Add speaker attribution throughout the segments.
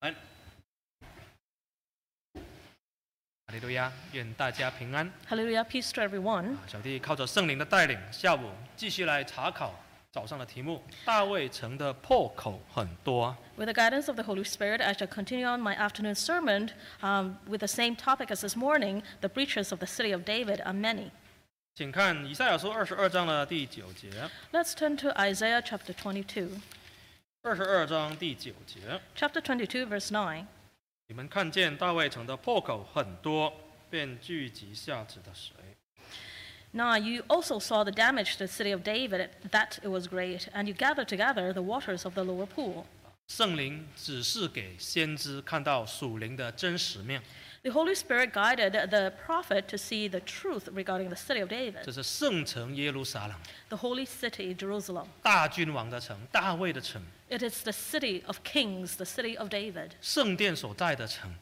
Speaker 1: 安，哈利路亚，愿大家平安。
Speaker 2: Hallelujah. Peace to everyone.
Speaker 1: 啊小弟靠着圣灵的带领，下午继续来查考早上的题目。大卫城的破口很多，
Speaker 2: With the guidance of the Holy Spirit, I shall continue on my afternoon sermon um, with the same topic as this morning. The breaches of the city of David are many.
Speaker 1: 请看以赛亚书二十二章的第九节，
Speaker 2: Let's turn to Isaiah chapter 22.
Speaker 1: 二十二章第九节，
Speaker 2: Chapter 22, verse 9.
Speaker 1: 你们看见大卫城的破口很多，便聚集下指的谁？
Speaker 2: Now you also saw the damage to the city of David, that it was great, and you gathered together the waters of the lower pool.
Speaker 1: 圣灵只是给先知看到属灵的真实面，
Speaker 2: The Holy Spirit guided the prophet to see the truth regarding the city of
Speaker 1: 这
Speaker 2: David,
Speaker 1: 是圣城耶路撒冷，
Speaker 2: the holy city, Jerusalem.
Speaker 1: 大君王的城，大卫的城，
Speaker 2: It is the city of kings, the city of David.
Speaker 1: 圣殿所在的城。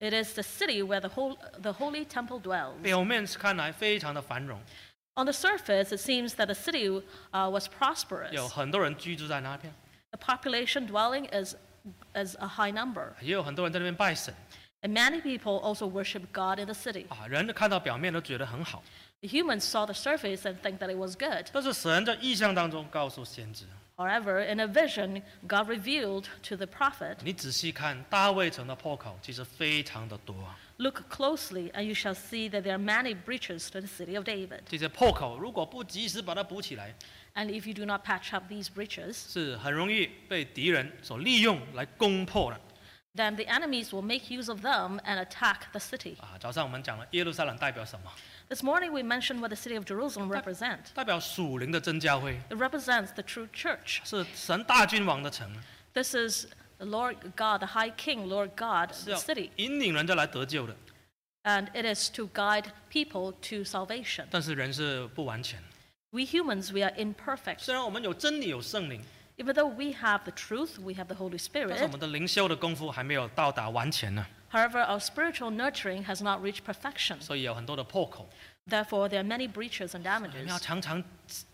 Speaker 2: It is the city where the, whole, the holy temple dwells.
Speaker 1: 表面看来非常的繁荣，
Speaker 2: On the surface, it seems that the city uh, was prosperous.
Speaker 1: 有很多人居住在那边，
Speaker 2: The population dwelling is, is a high number,
Speaker 1: 也有很多人在那边拜神
Speaker 2: and many people also worship God in the city.
Speaker 1: 啊。人看到表面都觉得很好，
Speaker 2: The humans saw the surface and think that it was good.
Speaker 1: 但是神在意象当中告诉先知，
Speaker 2: However, in a vision, God revealed to the prophet,
Speaker 1: 你仔细看大卫城的破口其实非常的多。
Speaker 2: Look closely, and you shall see that there are many breaches to the city of David.
Speaker 1: 这些破口如果不及时把它补起来，
Speaker 2: And if you do not patch up these breaches,
Speaker 1: 是很容易被敌人所利用来攻破的。
Speaker 2: then the enemies will make use of them and attack the city.
Speaker 1: 啊，早上我们讲了耶路撒冷代表什么？
Speaker 2: This morning we mentioned what the city of Jerusalem represents.
Speaker 1: 代表属灵的真教会，
Speaker 2: It represents the true church.
Speaker 1: 是神大君王的城，
Speaker 2: This is the Lord God, the High King, Lord God,
Speaker 1: 是
Speaker 2: the
Speaker 1: 要
Speaker 2: city.
Speaker 1: 引领人家来得救的。
Speaker 2: And it is to guide people to salvation.
Speaker 1: 但是人是不完全，
Speaker 2: We humans, we are imperfect.
Speaker 1: 虽然我们有真理有圣灵，
Speaker 2: Even though we have the truth, we have the Holy
Speaker 1: 但是我
Speaker 2: Spirit.
Speaker 1: 们的灵修的功夫还没有到达完全呢，
Speaker 2: However, our spiritual nurturing has not reached perfection.
Speaker 1: 所以有很多的破口。
Speaker 2: Therefore, there are many breaches and
Speaker 1: 我们要
Speaker 2: damages.
Speaker 1: 常常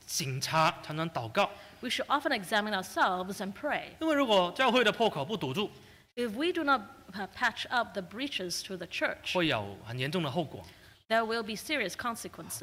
Speaker 1: 警察，常常祷告，
Speaker 2: We should often examine ourselves and pray.
Speaker 1: 因为如果教会的破口不堵住，
Speaker 2: If we do not uh, patch up the breaches to the church,
Speaker 1: 会有很严重的后果。
Speaker 2: there will be serious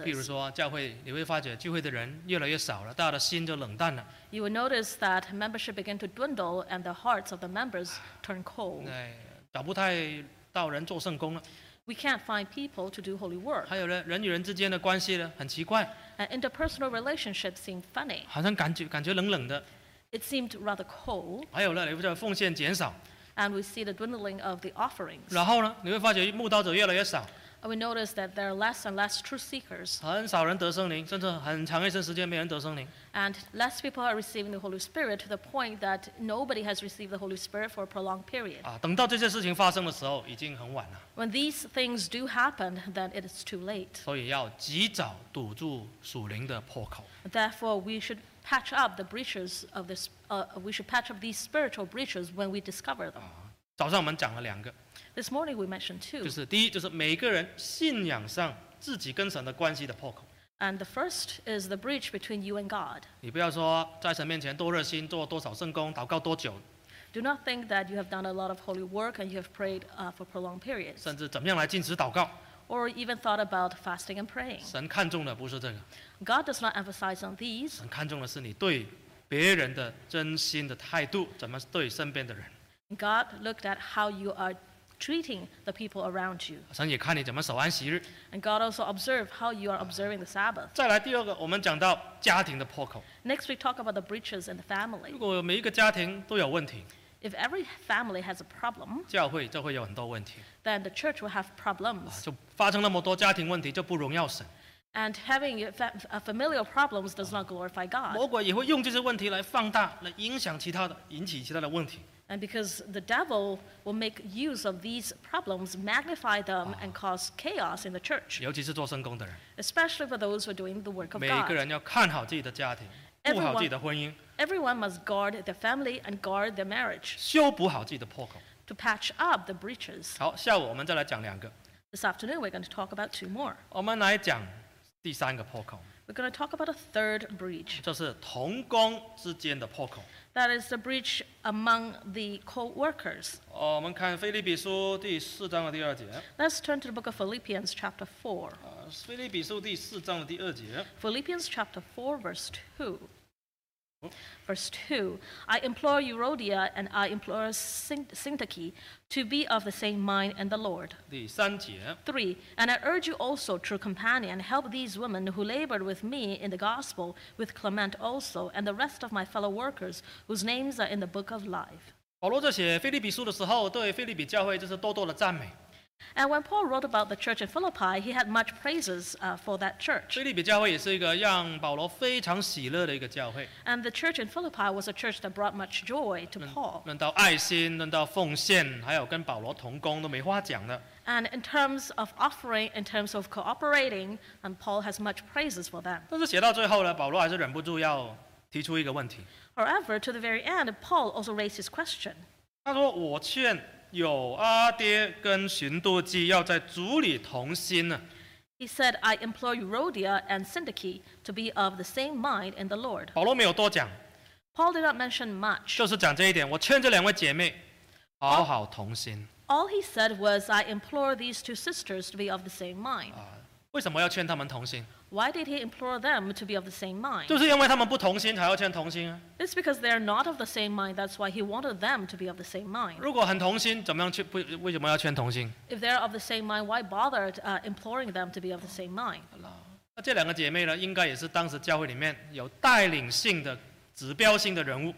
Speaker 1: 比如
Speaker 2: consequences.
Speaker 1: 说，教会你会发觉聚会的人越来越少了，大家的心就冷淡了。
Speaker 2: You will notice that membership begin to dwindle and the hearts of the members turn cold.
Speaker 1: 哎，找不太到人做圣工了。
Speaker 2: We can't find people to do holy work.
Speaker 1: 还有呢，人与人之间的关系呢，很奇怪，
Speaker 2: Uh, interpersonal relationships seem funny.
Speaker 1: 好像感觉感觉冷冷的。
Speaker 2: It seemed rather cold,
Speaker 1: 还有呢，你会发觉奉献减少，
Speaker 2: and we see the dwindling of the offerings.
Speaker 1: 然后呢，你会发觉慕道者越来越少，
Speaker 2: And we notice that there are less and less truth seekers,
Speaker 1: 很少人得圣灵，甚至很长一段时间没人得圣灵。
Speaker 2: and less people are receiving the Holy Spirit to the point that nobody has received the Holy Spirit for a prolonged period.
Speaker 1: 啊，等到这些事情发生的时候，已经很晚了，
Speaker 2: When these things do happen, then it is too late.
Speaker 1: 所以要及早堵住属灵的破口。
Speaker 2: Therefore, we should patch up the breaches of this. Uh, we should patch up these spiritual breaches when we discover them.
Speaker 1: 早上我们讲了两个，
Speaker 2: This morning we mentioned
Speaker 1: 就
Speaker 2: two,
Speaker 1: 是第一，就是每个人信仰上自己跟神的关系的破口。
Speaker 2: and the first is the breach between you and God.
Speaker 1: 你不要说在神面前多热心，做多少圣功，祷告多久，
Speaker 2: Do not think that you have done a lot of holy work and you have prayed uh, for prolonged periods,
Speaker 1: 甚至怎么样来禁止祷告。
Speaker 2: or even thought about fasting and praying.
Speaker 1: 神看重的不是这个，
Speaker 2: God does not emphasize on these.
Speaker 1: 神看重的是你对别人的真心的态度，怎么对身边的人。
Speaker 2: God looked at how you are treating the people around you,
Speaker 1: 神也看你怎么守安息日。
Speaker 2: and God also observed how you are observing the Sabbath.
Speaker 1: 再来第二个，我们讲到家庭的破口。
Speaker 2: Next, we talk about the breaches in the
Speaker 1: 如
Speaker 2: family.
Speaker 1: 果每一个家庭都有问题，
Speaker 2: If every family has a problem,
Speaker 1: 教会就会有很多问题，
Speaker 2: then the church will have
Speaker 1: 啊
Speaker 2: problems.
Speaker 1: 就发生那么多家庭问题，就不荣耀神。
Speaker 2: And having a fa- a familial problems does not glorify
Speaker 1: 魔
Speaker 2: God.
Speaker 1: 鬼也会用这些问题来放大，来影响其他的，引起其他的问题。
Speaker 2: And because the devil will make use of these problems, magnify them, and cause chaos in the church,
Speaker 1: 尤其是做圣工的人，
Speaker 2: especially for those who are doing the work of
Speaker 1: 每个
Speaker 2: God.
Speaker 1: 人要看好自己的家庭，顾好自己的婚姻，
Speaker 2: Everyone must guard their family and guard their marriage
Speaker 1: 修补好自己的破口。
Speaker 2: to patch up the breaches.
Speaker 1: 好，下午我们再来讲两个，
Speaker 2: This afternoon, we're going to talk about two more.
Speaker 1: 我们来讲第三个破口，
Speaker 2: We're going to talk about a third breach.
Speaker 1: 这是同工之间的破口。
Speaker 2: That is the breach among the co workers.
Speaker 1: 哦，我们看《菲利比书》第四章的第二节，
Speaker 2: Let's turn to the book of Philippians, chapter 4.
Speaker 1: 啊，《菲利比书》第四章的第二节，
Speaker 2: Philippians chapter 4, verse 2. Verse 2 I implore Eurodia and I implore Syn- Syntyche to be of the same mind in the Lord.
Speaker 1: 第三节，
Speaker 2: 3. And I urge you also, true companion, help these women who labored with me in the gospel, with Clement also, and the rest of my fellow workers whose names are in the book of life.
Speaker 1: 保罗在写《菲利比书》的时候，对菲利比教会就是多多的赞美。
Speaker 2: And when Paul wrote about the church in Philippi, he had much praises uh, for that church.
Speaker 1: 菲利比教会也是一个让保罗非常喜乐的一个教会，
Speaker 2: And the church in Philippi was a church that brought much joy to Paul.
Speaker 1: 论到爱心，论到奉献，还有跟保罗同工都没话讲的。
Speaker 2: And in terms of offering, in terms of cooperating, and Paul has much praises for them.
Speaker 1: 但是写到最后呢，保罗还是忍不住要提出一个问题，
Speaker 2: However, to the very end, Paul also raised his question.
Speaker 1: 他说：“我劝有阿爹跟寻度基要在主里同心啊呢、
Speaker 2: He said, I implore Eurodia and Syntyche to be of the same mind in the Lord.
Speaker 1: 保罗没有多讲，
Speaker 2: Paul did not mention much.
Speaker 1: 就是讲这一点。我劝这两位姐妹好好同心
Speaker 2: All he said was, I implore these two sisters to be of the same mind.
Speaker 1: 啊。为什么要劝他们同心？
Speaker 2: Why did he implore them to be of the same mind?
Speaker 1: 就是因为他们不同心才要劝同心啊。
Speaker 2: It's because they are not of the same mind. That's why he wanted them to be of the same mind.
Speaker 1: 如果很同心，怎么样去不？为什么要劝同心？
Speaker 2: If they're of the same mind, why bother uh, imploring them to be of the same mind?
Speaker 1: 那这两个姐妹呢，应该也是当时教会里面有带领性的、指标性的人物，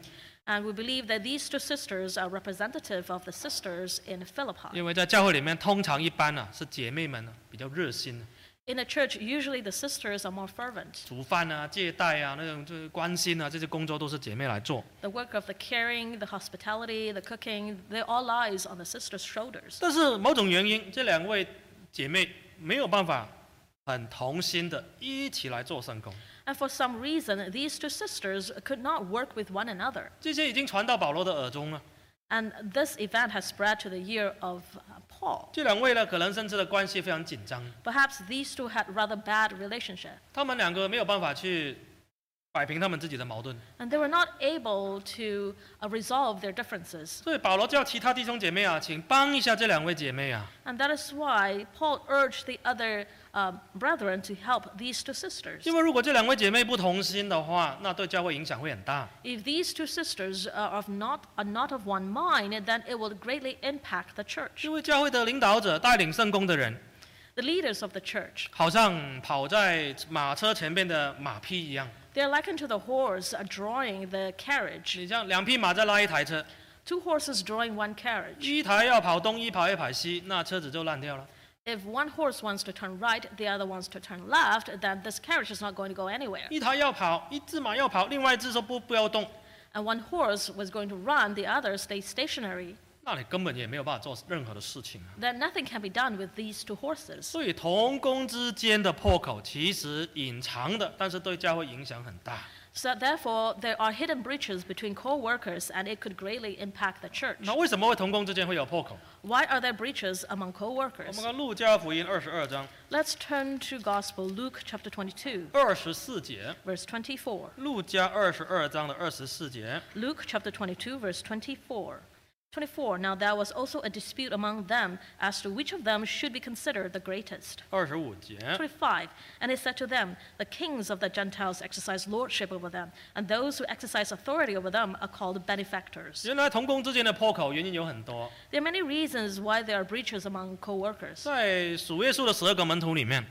Speaker 2: And we believe that these two sisters are representative of the sisters in Philippi.
Speaker 1: 因为在教会里面，通常一般呢、啊是姐妹们呢、比较热心、
Speaker 2: In a church, usually the sisters are more fervent.
Speaker 1: 煮饭啊、借贷啊、那种就是关心啊，这些工作都是姐妹来做。
Speaker 2: The work of the caring, the hospitality, the cooking, they all lies on the sisters' shoulders.
Speaker 1: 但是某种原因，这两位姐妹没有办法很同心的一起来做圣工。
Speaker 2: And for some reason, these two sisters could not work with one another.
Speaker 1: 这些已经传到保罗的耳中了。
Speaker 2: And this event has spread to the ear of uh, Paul.
Speaker 1: 这两位呢，可能甚至的关系非常紧张，
Speaker 2: Perhaps these two had rather bad relationship,
Speaker 1: 他们两个没有办法去摆平他们自己的矛盾，
Speaker 2: and they were not able to uh, resolve their differences.
Speaker 1: 所以保罗叫其他弟兄姐妹啊，请帮一下这两位姐妹啊。
Speaker 2: And that is why Paul urged the other um, brethren to help these two sisters.
Speaker 1: 因为如果这两位姐妹不同心的话，那对教会影响会很大。
Speaker 2: If these two sisters uh, are of not are not of one mind, then it will greatly impact the church.
Speaker 1: 因为教会的领导者带领圣公的人，
Speaker 2: The leaders of the church,
Speaker 1: 好像跑在马车前面的马匹一样。
Speaker 2: they're likened to the horse uh, drawing the carriage.
Speaker 1: 你像两匹马在拉一台车，
Speaker 2: Two horses drawing one carriage.
Speaker 1: 一台要跑东，一跑一跑西，那车子就烂掉了。
Speaker 2: If one horse wants to turn right, the other wants to turn left, then this carriage is not going to go anywhere.
Speaker 1: 一台要跑，一只马要跑，另外一只说不不要动，
Speaker 2: And one horse was going to run, the other stayed stationary.
Speaker 1: 那你根本也没有办法做任何的事情啊。
Speaker 2: Then nothing can be done with these two horses.
Speaker 1: 所以同工之间的破口其实隐藏的，但是对教会影响很大。
Speaker 2: So therefore, there are hidden breaches between co-workers, and it could greatly impact the church.
Speaker 1: 那为什么会同工之间会有破口？
Speaker 2: Why are there breaches among
Speaker 1: 我
Speaker 2: co-workers?
Speaker 1: 们看路加福音二十二章
Speaker 2: Let's turn to Gospel Luke chapter 22,
Speaker 1: 二十四节，
Speaker 2: verse 24.
Speaker 1: 路加二十二章的二十四节，
Speaker 2: Luke chapter 22, verse 24. 24. Now there was also a dispute among them as to which of them should be considered the greatest.
Speaker 1: 二十五节，
Speaker 2: 25. And he said to them, The kings of the Gentiles exercise lordship over them, and those who exercise authority over them are called benefactors.
Speaker 1: 原来同工之间的破口原因有很多。
Speaker 2: There are many reasons why there are breaches among co workers.
Speaker 1: 在数月数的十二个门徒里面，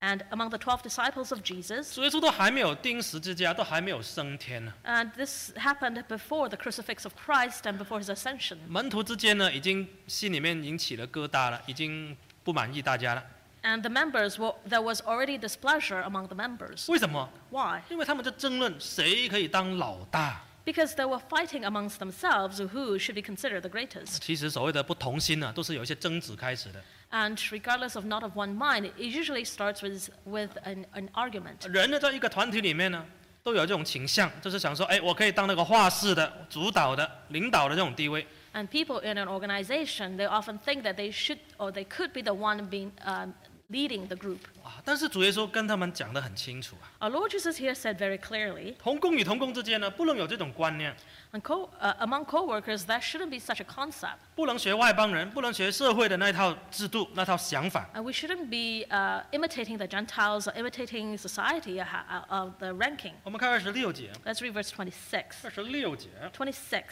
Speaker 2: And among the 12 disciples of Jesus,
Speaker 1: 主耶稣都还没有钉十字架，都还没有升天啊呢。
Speaker 2: And this happened before the crucifix of Christ and before his ascension.
Speaker 1: 门徒之间呢，已经心里面已经起了疙瘩了，已经不满意大家了。
Speaker 2: And the members were, there was already displeasure among the members.
Speaker 1: 为什么？
Speaker 2: Why?
Speaker 1: 因为他们在争论谁可以当老大。
Speaker 2: Because they were fighting amongst themselves who should be considered the greatest.
Speaker 1: 其实所谓的不同心啊呢、都是有一些争执开始的。
Speaker 2: And regardless of not of one mind, it usually starts with, with an, an argument.
Speaker 1: 人呢，在一个团体里面呢，都有这种倾向，就是想说，哎，我可以当那个话事的、主导的、领导的这种地位。
Speaker 2: And people in an organization, they often think that they should or they could be the one being um, leading the group.
Speaker 1: 啊！但是主耶稣跟他们讲得很清楚啊，
Speaker 2: Our Lord Jesus here said very clearly,
Speaker 1: 同工与同工之间呢，不能有这种观念，
Speaker 2: and co- uh, among co-workers, there shouldn't be such a concept,
Speaker 1: 不能学外邦人，不能学社会的那套制度、那套想法。
Speaker 2: and we shouldn't be uh, imitating the Gentiles or imitating society uh, uh, of the ranking.
Speaker 1: 我们看二十六节，
Speaker 2: Let's read verse 26.
Speaker 1: 二十六节，
Speaker 2: 26.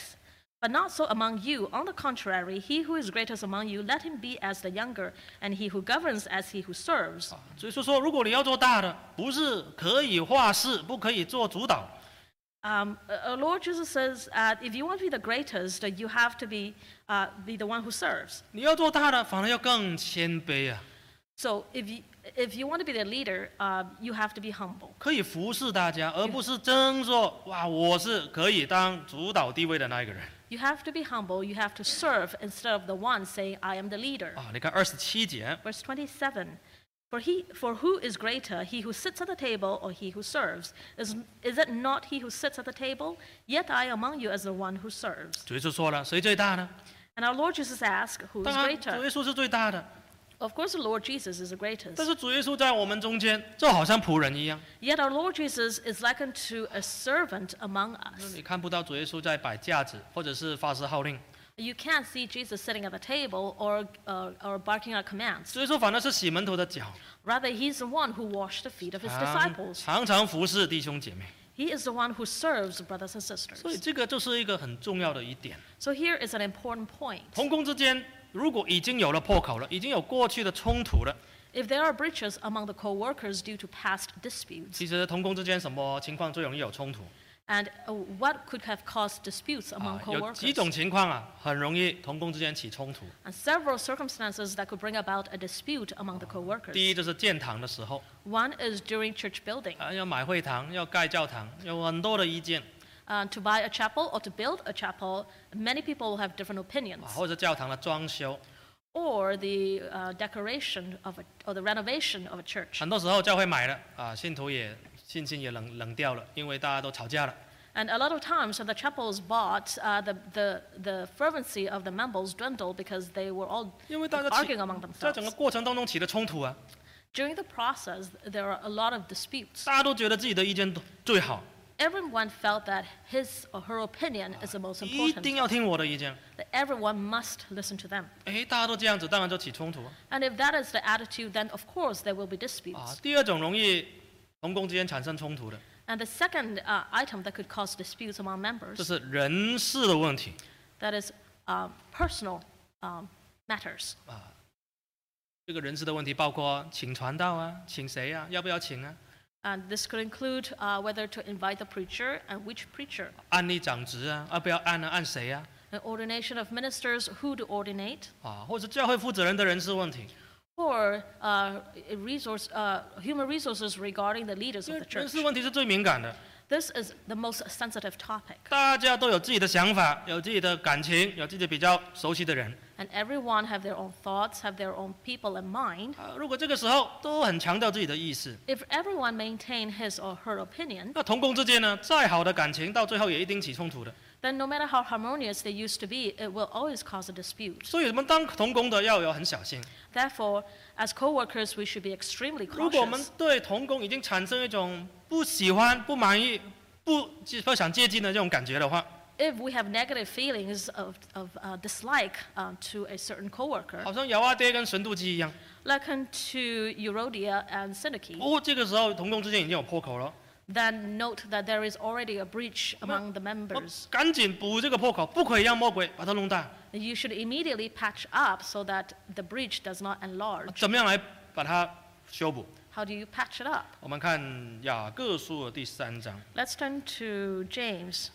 Speaker 2: But not so among you. On the contrary, he who is greatest among you, let him be as the younger, and he who governs as he who serves.
Speaker 1: 所以说说，如果你要做大的，不是可以话事，不可以做主导，
Speaker 2: Um, uh, uh, Lord Jesus says, uh, if you want to be the greatest, uh, you have to be, uh, be the one who serves.
Speaker 1: 你要做大的，反而要更谦卑啊，
Speaker 2: So if you, if you want to be the leader, uh, you have to be humble.
Speaker 1: 可以服侍大家，而不是争说哇，我是可以当主导地位的那一个人
Speaker 2: You have to be humble. You have to serve instead of the one saying, I am the leader.
Speaker 1: 啊。你看二十七节，
Speaker 2: Verse 27 For, he, for who is greater, he who sits at the table or he who serves? Is, is it not he who sits at the table? Yet I among you as the one who serves.
Speaker 1: 主耶稣说了，谁最大呢？
Speaker 2: And our Lord Jesus asked, Who is
Speaker 1: 当然，主
Speaker 2: greater?
Speaker 1: 耶稣是最大的，
Speaker 2: Of course, the Lord Jesus is the
Speaker 1: 但
Speaker 2: greatest.
Speaker 1: 是主耶稣在我们中间，就好像仆人一样，
Speaker 2: Yet our Lord Jesus is likened to a servant among
Speaker 1: 那
Speaker 2: us.
Speaker 1: 你看不到主耶稣在摆架子，或者是发施号令。
Speaker 2: You can't see Jesus sitting at the table or, uh, or barking out commands.
Speaker 1: 所以说，反而是洗门徒的脚，
Speaker 2: Rather, he's the one who washed the feet of his
Speaker 1: 常
Speaker 2: disciples.
Speaker 1: 常常服侍弟兄姐妹。
Speaker 2: He is the one who serves brothers and sisters.
Speaker 1: 所以这个就是一个很重要的一点。
Speaker 2: So here is an important point.
Speaker 1: 同工之间如果已经有了破口了，已经有过去的冲突了，
Speaker 2: If there are breaches among the co-workers due to past disputes,
Speaker 1: 其实同工之间什么情况最容易有冲突？
Speaker 2: and uh, what could have caused disputes
Speaker 1: 啊
Speaker 2: among，
Speaker 1: 有几
Speaker 2: co-workers,
Speaker 1: 种情况啊，很容易同工之间起冲突。
Speaker 2: and several circumstances that could bring about a dispute among the
Speaker 1: 第一
Speaker 2: co-workers.
Speaker 1: 就是建堂的时候
Speaker 2: One is during church building,
Speaker 1: 啊，要买会堂，要盖教堂，有很多的意见
Speaker 2: uh, to buy a chapel or to build a chapel. Many people will have different
Speaker 1: 啊，
Speaker 2: opinions,
Speaker 1: 或者教堂的装修，
Speaker 2: or the uh, decoration of a, or the renovation of a church.
Speaker 1: 很多时候教会买了啊，信徒也信心也冷冷掉了，因为大家都吵架了。
Speaker 2: And a lot of times, when the chapel is bought, uh, the, the, the fervency of the members dwindled because they were all
Speaker 1: 因为大家起
Speaker 2: arguing among
Speaker 1: 在整个
Speaker 2: themselves.
Speaker 1: 过程当中起了冲突啊，
Speaker 2: During the process, there are a lot of disputes.
Speaker 1: 大家都觉得自己的意见最好，
Speaker 2: Everyone felt that his or her opinion is the most
Speaker 1: 一
Speaker 2: important,
Speaker 1: 定要听我的意见。
Speaker 2: that everyone must listen to them.
Speaker 1: 诶，大家都这样子，当然就起冲突啊。
Speaker 2: And if that is the attitude, then of course there will be
Speaker 1: 啊
Speaker 2: disputes.
Speaker 1: 第二种容易同工之间产生冲突的，
Speaker 2: And the second uh, item that could cause disputes among
Speaker 1: 就
Speaker 2: members,
Speaker 1: 是人事的问题
Speaker 2: that is um, personal um, matters.
Speaker 1: 啊。这个人事的问题包括请传道啊，请谁啊，要不要请啊，
Speaker 2: And this could include uh, whether to invite the preacher and which preacher,
Speaker 1: 按立长职啊，要不要按啊，按谁啊，
Speaker 2: an ordination of ministers, who to ordinate,
Speaker 1: 啊，或者教会负责人的人事问题。
Speaker 2: or uh, resource, uh, human resources regarding the leaders
Speaker 1: 因为
Speaker 2: of the
Speaker 1: 人
Speaker 2: church.
Speaker 1: 事问题是最敏感的，
Speaker 2: This is the most sensitive topic,
Speaker 1: 大家都有自己的想法，有自己的感情，有自己比较熟悉的人
Speaker 2: and everyone have their own thoughts, have their own people in mind.
Speaker 1: 啊。如果这个时候都很强调自己的意识，
Speaker 2: If everyone maintain his or her opinion,
Speaker 1: 那同工之间呢，再好的感情到最后也一定起冲突的。
Speaker 2: then no matter how harmonious they used to be, it will always cause a dispute.
Speaker 1: 所以我们当同工的要有很小心。
Speaker 2: Therefore, as co-workers, we should be extremely
Speaker 1: 如果我们
Speaker 2: cautious.
Speaker 1: 对同工已经产生一种不喜欢、不满意、不不想接近的这种感觉的话，
Speaker 2: If we have negative feelings of, of uh, dislike uh, to a certain co-worker,
Speaker 1: 好像咬啊爹跟神妒鸡一样。
Speaker 2: likened to Eurodia and Syntyche,
Speaker 1: 哦，这个时候同工之间已经有破口了，
Speaker 2: then note that there is already a breach among the members.
Speaker 1: 哦赶紧补这个破口，不可以让魔鬼把它弄大。啊
Speaker 2: You should immediately patch up so that the breach does not enlarge.
Speaker 1: 怎么样来把它修补？
Speaker 2: How do you patch it up?
Speaker 1: 我们看雅各书的第三章，
Speaker 2: Let's turn to James.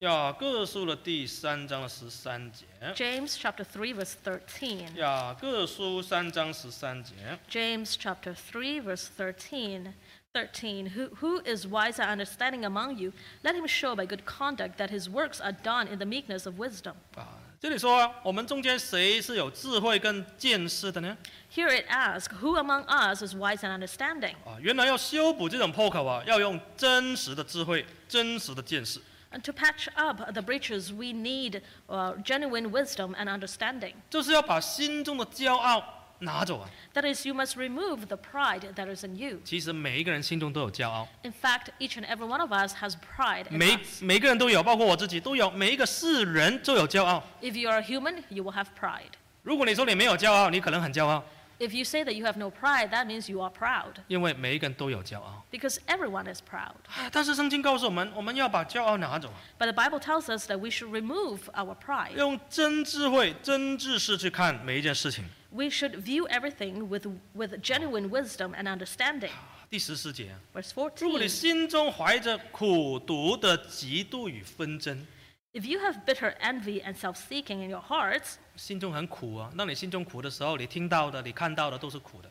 Speaker 1: 雅各书的第三章的十三节，
Speaker 2: James chapter 3 verse 13.
Speaker 1: 雅各书三章十三节。
Speaker 2: James chapter 3 verse 13. 13 who, who is wise and understanding among you let him show by good conduct that his works are done in the meekness of wisdom
Speaker 1: 啊，这里说、啊、我们中间谁是有智慧跟见识的呢？
Speaker 2: here it asks who among us is wise and understanding
Speaker 1: 啊，原来要修补这种破口啊，要用真实的智慧、真实的见识。
Speaker 2: And uh, to patch up the breaches, we need uh, genuine wisdom and understanding.
Speaker 1: 就是要把心中的骄傲拿走啊！
Speaker 2: That is, you must remove the pride that is in you.
Speaker 1: 其实每一个人心中都有骄傲，
Speaker 2: In fact, each and every one of us has pride. In
Speaker 1: 每
Speaker 2: us.
Speaker 1: 每个人都有，包括我自己都有，每一个世人都有骄傲。
Speaker 2: If you are a human, you will have pride.
Speaker 1: 如果你说你没有骄傲，你可能很骄傲，
Speaker 2: If you say that you have no pride, that means you are proud,
Speaker 1: 因为每一个人都有骄傲。
Speaker 2: because everyone is proud.
Speaker 1: 啊但是圣经告诉我们，我们要把骄傲拿走，
Speaker 2: But the Bible tells us that we should remove our pride.
Speaker 1: 用真智慧、真知识去看每一件事情。
Speaker 2: We should view everything with, with genuine wisdom and understanding.
Speaker 1: 第十四节，啊
Speaker 2: Verse
Speaker 1: 如果你
Speaker 2: 14
Speaker 1: 心中怀着苦毒的嫉妒与纷争，
Speaker 2: If you have bitter envy and self seeking in your hearts,
Speaker 1: 心中很苦啊，那你心中苦的时候，你听到的、你看到的都是苦的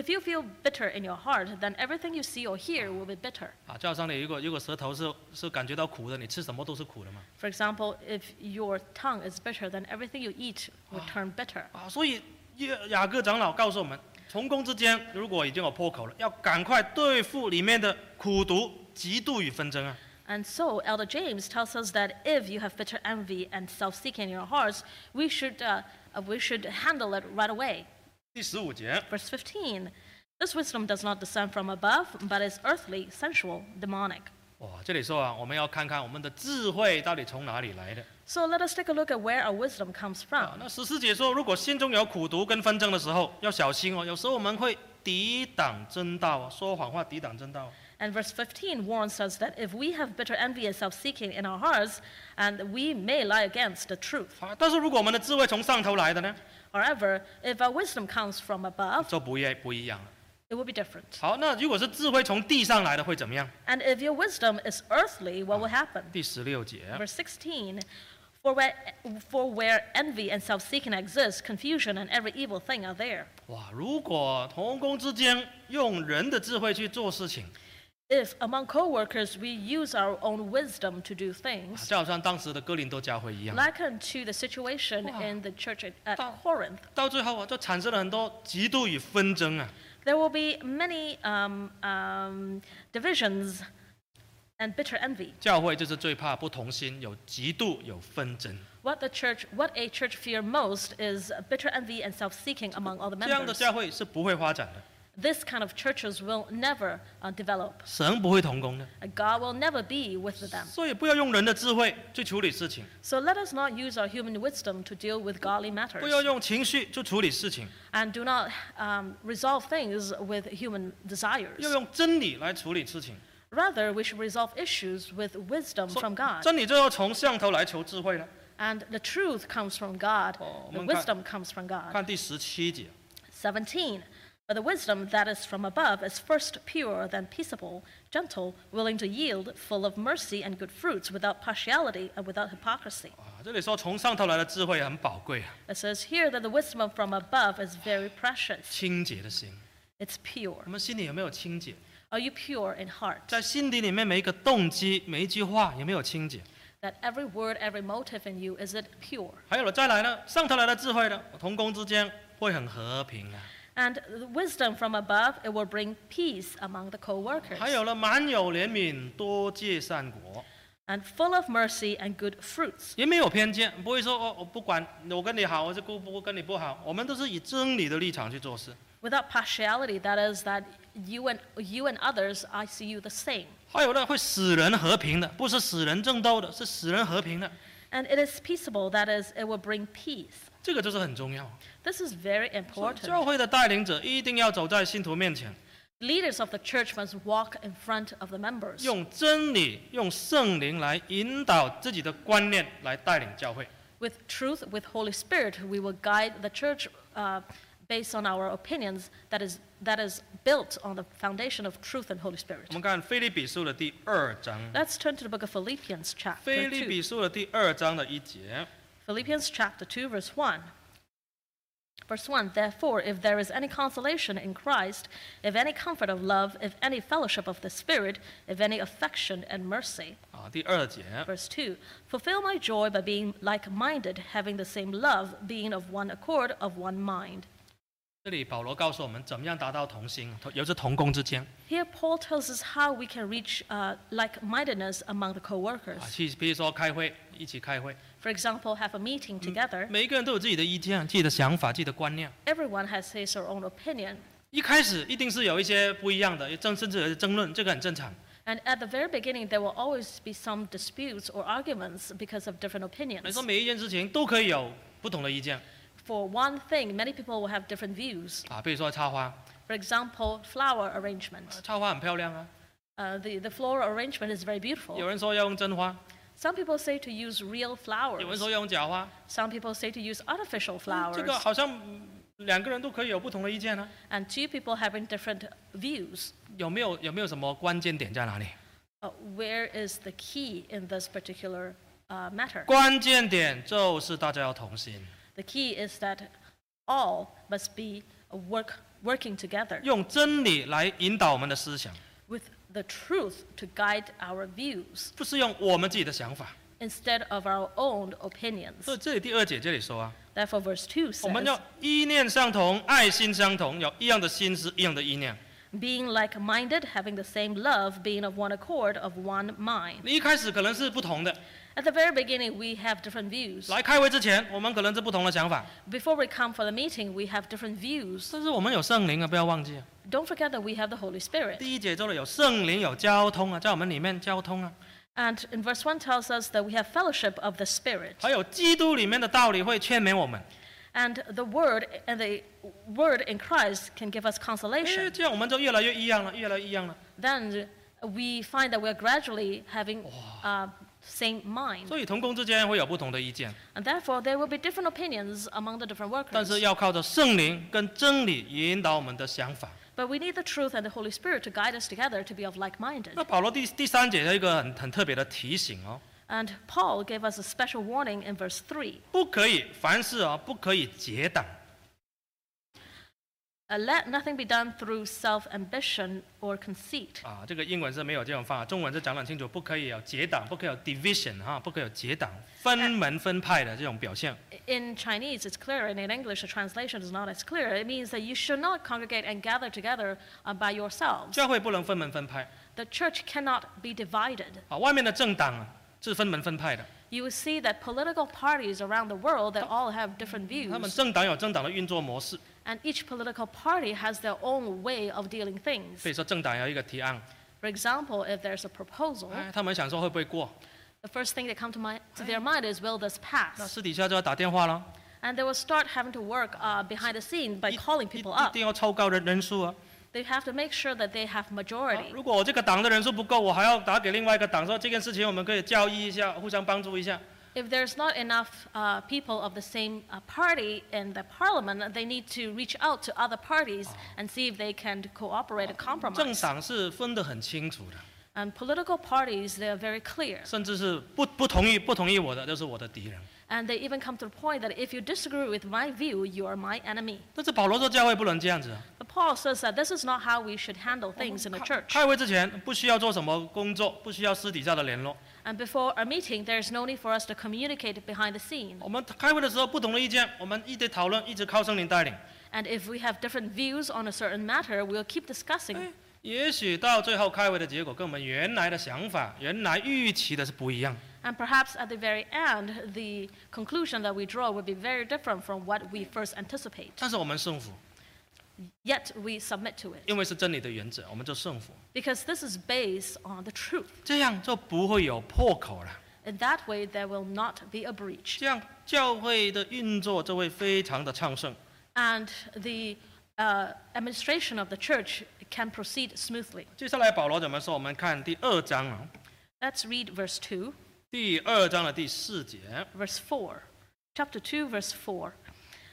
Speaker 2: if you feel bitter in your heart, then everything you see or hear will be bitter.
Speaker 1: 啊。就好像你如果如果舌头是是感觉到苦的，你吃什么都是苦的嘛
Speaker 2: For example, if your tongue is bitter, then everything you eat will turn bitter.
Speaker 1: 啊。所以雅雅各长老告诉我们，同工之间如果已经有破口了，要赶快对付里面的苦毒、嫉妒与纷争啊。
Speaker 2: And so, Elder James tells us that if you have bitter envy and self seeking in your hearts, we should, uh, uh, we should handle it right away.
Speaker 1: 第十五节，
Speaker 2: Verse 15 This wisdom does not descend from above, but is earthly, sensual, demonic.
Speaker 1: 哇，这里说啊，我们要看看我们的智慧到底从哪里来的
Speaker 2: So, let us take a look at where our wisdom comes
Speaker 1: 啊
Speaker 2: from.。
Speaker 1: 那十四节说，如果心中有苦毒跟纷争的时候，要小心哦。有时候我们会抵挡真道啊，说谎话抵挡真道啊。
Speaker 2: And verse 15 warns us that if we have bitter envy and self seeking in our hearts, and we may lie against the truth.
Speaker 1: 啊，但是如果我们的智慧从上头来的呢，
Speaker 2: However, if our wisdom comes from above,
Speaker 1: 就不一不一样了。
Speaker 2: it will be different.
Speaker 1: 好，那如果是智慧从地上来的会怎么样？
Speaker 2: And if your wisdom is earthly, what will happen?
Speaker 1: 第十六节，
Speaker 2: Verse 16 For where, for where envy and self seeking exist, confusion and every evil thing are there.
Speaker 1: 哇，如果同工之间用人的智慧去做事情，
Speaker 2: If among co workers we use our own wisdom to do things,
Speaker 1: 啊就好像当时的哥林多教会一样，
Speaker 2: likened to the situation in the church at, at
Speaker 1: Wow.
Speaker 2: Corinth,
Speaker 1: 到最后啊，就产生了很多嫉妒与纷争啊。
Speaker 2: there will be many um, um, divisions and bitter envy.
Speaker 1: 教会就是最怕不同心，有嫉妒，有纷争。
Speaker 2: What, the church, what a church fear most is bitter envy and self seeking among all the
Speaker 1: 这样的
Speaker 2: members.
Speaker 1: 教会是不会发展的，
Speaker 2: This kind of churches will never uh, develop.
Speaker 1: 神不会同工的。
Speaker 2: And God will never be with them.
Speaker 1: 所以不要用人的智慧去处理事情，
Speaker 2: So let us not use our human wisdom to deal with godly
Speaker 1: 不要
Speaker 2: matters.
Speaker 1: 用情绪去处理事情，
Speaker 2: And do not um, resolve things with human desires.
Speaker 1: 要用真理来处理事情。
Speaker 2: Rather, we should resolve issues with wisdom
Speaker 1: 说
Speaker 2: from God.
Speaker 1: 真理就要从上头来求智慧了。
Speaker 2: And the truth comes from God,
Speaker 1: Oh,
Speaker 2: the
Speaker 1: 我们看-
Speaker 2: wisdom comes from God.
Speaker 1: 看第十七节，
Speaker 2: 17. But the wisdom that is from above is first pure, then peaceable, gentle, willing to yield, full of mercy and good fruits, without partiality and without hypocrisy.
Speaker 1: 啊，这里说从上头来的智慧很宝贵啊，
Speaker 2: It says here that the wisdom from above is very precious.
Speaker 1: 清洁的心。
Speaker 2: It's pure.
Speaker 1: 我们心里有没有清洁？
Speaker 2: Are you pure in heart?
Speaker 1: 在心底里面每一个动机、每一句话有没有清洁？
Speaker 2: That every word, every motive in you, is it pure?
Speaker 1: 还有了，再来呢，上头来的智慧呢，同工之间会很和平啊。
Speaker 2: And the wisdom from above, it will bring peace among the co
Speaker 1: 还
Speaker 2: workers
Speaker 1: 有了，满有怜悯，多借善果，
Speaker 2: and full of mercy and good fruits.
Speaker 1: 也没有偏见，不会说哦，我不管我跟你好，我是姑不跟你不好，我们都是以真理的立场去做事。
Speaker 2: Without partiality, that is, that you and, you and others, I see you the same.
Speaker 1: 还有呢，会使人和平的，不是使人争斗的，是使人和平的，
Speaker 2: And it is peaceable, that is, it will bring peace.
Speaker 1: 这个就是很重要。
Speaker 2: This is very
Speaker 1: 所以教
Speaker 2: important.
Speaker 1: 会的带领者一定要走在信徒面前，
Speaker 2: Leaders of the church must walk in front of the members,
Speaker 1: 用真理、用圣灵来引导自己的观念来带领教会。
Speaker 2: with truth, with Holy Spirit, we will guide the church uh, based on our opinions that is, that is built on the foundation of truth and Holy
Speaker 1: 我
Speaker 2: Spirit.
Speaker 1: 们看《菲利比书》的第二章，《
Speaker 2: Let's turn to the book of Philippians,
Speaker 1: 菲
Speaker 2: chapter
Speaker 1: 利
Speaker 2: 2.
Speaker 1: 比书》的第二章的一节。
Speaker 2: Philippians, chapter 2, verse 1. Verse 1 Therefore, if there is any consolation in Christ, if any comfort of love, if any fellowship of the Spirit, if any affection and mercy.
Speaker 1: 啊，第二节，
Speaker 2: Verse 2 Fulfill my joy by being like minded, having the same love, being of one accord, of one mind.
Speaker 1: 这里保罗告诉我们怎么样达到同心，尤其是同工之间
Speaker 2: Here, Paul tells us how we can reach uh, like mindedness among the co
Speaker 1: 啊，
Speaker 2: workers.
Speaker 1: 去比如说开会一起开会，
Speaker 2: For example, have a meeting together.
Speaker 1: 每一个人都有自己的意见、自己的想法、自己的观念。
Speaker 2: Everyone has his or own opinion.
Speaker 1: 一开始一定是有一些不一样的，有争甚至有些争论，这个很正常。
Speaker 2: And at the very beginning, there will always be some disputes or arguments because of different
Speaker 1: 你
Speaker 2: opinions.
Speaker 1: 说每一件事情都可以有不同的意见
Speaker 2: For one thing, many people will have different views.
Speaker 1: 啊，比如说插花，
Speaker 2: For example, flower arrangement.
Speaker 1: 插花很漂亮啊，
Speaker 2: Uh, the, the floral arrangement is very
Speaker 1: 有
Speaker 2: beautiful.
Speaker 1: 人说要用真花，
Speaker 2: Some people say to use real
Speaker 1: 有人
Speaker 2: flowers.
Speaker 1: 说要用假花，
Speaker 2: Some people say to use artificial
Speaker 1: 这个
Speaker 2: flowers.
Speaker 1: 好像嗯两个人都可以有不同的意见啊。
Speaker 2: And two people having different views.
Speaker 1: 有没有有没有什么关键点在哪里？
Speaker 2: Uh, where is the key in this particular uh, matter?
Speaker 1: 关键点就是大家要同心，
Speaker 2: The key is that all must be uh, work, working together
Speaker 1: 用真理来引导我们的思想，
Speaker 2: with the truth to guide our views
Speaker 1: 不是用我们自己的想法。
Speaker 2: instead of our own opinions.
Speaker 1: 所以这里第二节这里说啊，
Speaker 2: Therefore, verse 2
Speaker 1: 我们
Speaker 2: says,
Speaker 1: 要意念相同，爱心相同，有一样的心思，一样的意念。
Speaker 2: being like minded, having the same love, being of one accord, of one mind.
Speaker 1: 你一开始可能是不同的，
Speaker 2: At the very beginning, we have different views.
Speaker 1: 来开会之前，我们可能是不同的想法，
Speaker 2: Before we come for the meeting, we have different views.
Speaker 1: 但是我们有圣灵啊，不要忘记啊。
Speaker 2: Don't forget that we have the Holy Spirit.
Speaker 1: 第一节说了有圣灵，有交通啊，在我们里面交通啊，
Speaker 2: And in verse 1 tells us that we have fellowship of the Spirit.
Speaker 1: 还有基督里面的道理会劝勉我们，
Speaker 2: And the word and the word in Christ can give us
Speaker 1: 哎，
Speaker 2: consolation.
Speaker 1: 这样我们就越来越一样了，越来越一样了。
Speaker 2: Then we find that we're gradually having uh, same mind.
Speaker 1: 所以同工之间会有不同的意见，
Speaker 2: And therefore there will be different opinions among the different
Speaker 1: 但是
Speaker 2: workers.
Speaker 1: 要靠着圣灵跟真理引导我们的想法。
Speaker 2: But we need the truth and the Holy Spirit to guide us together to be of like minded.
Speaker 1: 那保罗第第三节有一个很很特别的提醒哦，
Speaker 2: And Paul gave us a special warning in verse 3.
Speaker 1: 不可以凡事啊，不可以结党，
Speaker 2: Uh, let nothing be done through self ambition or conceit.
Speaker 1: 啊，这个英文是没有这种方法，中文是讲得很清楚，不可以有结党，不可以有 division 哈、不可以有结党、分门分派的这种表现。
Speaker 2: In Chinese, it's clear, and in English, the translation is not as clear. It means that you should not congregate and gather together uh, by yourselves.
Speaker 1: 教会不能分门分派
Speaker 2: The church cannot be divided.
Speaker 1: 啊，外面的政党啊是分门分派的，
Speaker 2: You will see that political parties around the world that all have different
Speaker 1: 他们
Speaker 2: views,
Speaker 1: 政党有政党的运作模式，
Speaker 2: and each political party has their own way of dealing
Speaker 1: 所
Speaker 2: things.
Speaker 1: 以说政党有一个提案，
Speaker 2: For example, if there's a proposal,
Speaker 1: 哎，他们想说会不会过，
Speaker 2: the first thing that comes to, my, to their
Speaker 1: Right.
Speaker 2: mind is, will this
Speaker 1: 那
Speaker 2: pass?
Speaker 1: 私底下就要打电话了，
Speaker 2: And they will start having to work uh, behind the scene by
Speaker 1: 一
Speaker 2: calling
Speaker 1: 一
Speaker 2: people
Speaker 1: 一
Speaker 2: up.
Speaker 1: 定要凑够人人数啊。
Speaker 2: They have to make sure that they have
Speaker 1: 啊
Speaker 2: majority.
Speaker 1: 如果我这个党的人数不够，我还要打给另外一个党说这件事情我们可以交易一下，互相帮助一下。
Speaker 2: If there's not enough uh, people of the same uh, party in the parliament, they need to reach out to other parties and see if they can cooperate
Speaker 1: 政
Speaker 2: and compromise.
Speaker 1: 党是分得很清楚的，
Speaker 2: And political parties, they are very clear.
Speaker 1: 甚至是不不同意不同意我的就是我的敌人。
Speaker 2: And they even come to the point that if you disagree with my view, you are my enemy.
Speaker 1: 但是保罗说教会不能这样子啊，
Speaker 2: But Paul says that this is not how we should handle things in a
Speaker 1: 开
Speaker 2: church.
Speaker 1: 开会之前不需要做什么工作，不需要私底下的联络。
Speaker 2: And before a meeting, there's no need for us to communicate behind the scene.
Speaker 1: 我们开会的时候不同的意见，我们一直讨论，一直靠圣灵带领。
Speaker 2: And if we have different views on a certain matter, we'll keep discussing.
Speaker 1: 也许到最后开会的结果跟我们原来的想法、原来预期的是不一样。
Speaker 2: And perhaps at the very end, the conclusion that we draw will be very different from what we first anticipate.
Speaker 1: 但是我们顺服，
Speaker 2: Yet we submit to it
Speaker 1: 因为是真理的原则，我们就顺服，
Speaker 2: because this is based on the truth.
Speaker 1: 这样就不会有破口了。
Speaker 2: In that way, there will not be a breach.
Speaker 1: 这样教会的运作就会非常的畅顺。
Speaker 2: And the uh, administration of the church can proceed smoothly.
Speaker 1: 接下来保罗怎么说？我们看第二章啊，
Speaker 2: Let's read verse 2,
Speaker 1: 第二章的第四节。
Speaker 2: verse 4. Chapter 2, verse 4.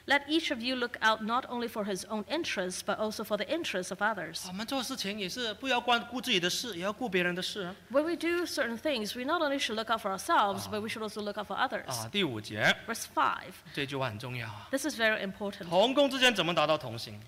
Speaker 2: Let each of you look out not only for his own interests, but also for the interests of others.
Speaker 1: 我们做事情也是不要光顾自己的事，也要顾别人的事啊。
Speaker 2: When we do certain things, we not only should look out for ourselves, but we should also look out for others.
Speaker 1: 啊，第五节
Speaker 2: Verse 5.
Speaker 1: 这句话很重要啊。
Speaker 2: This is very important.
Speaker 1: 同工之间怎么达到同心？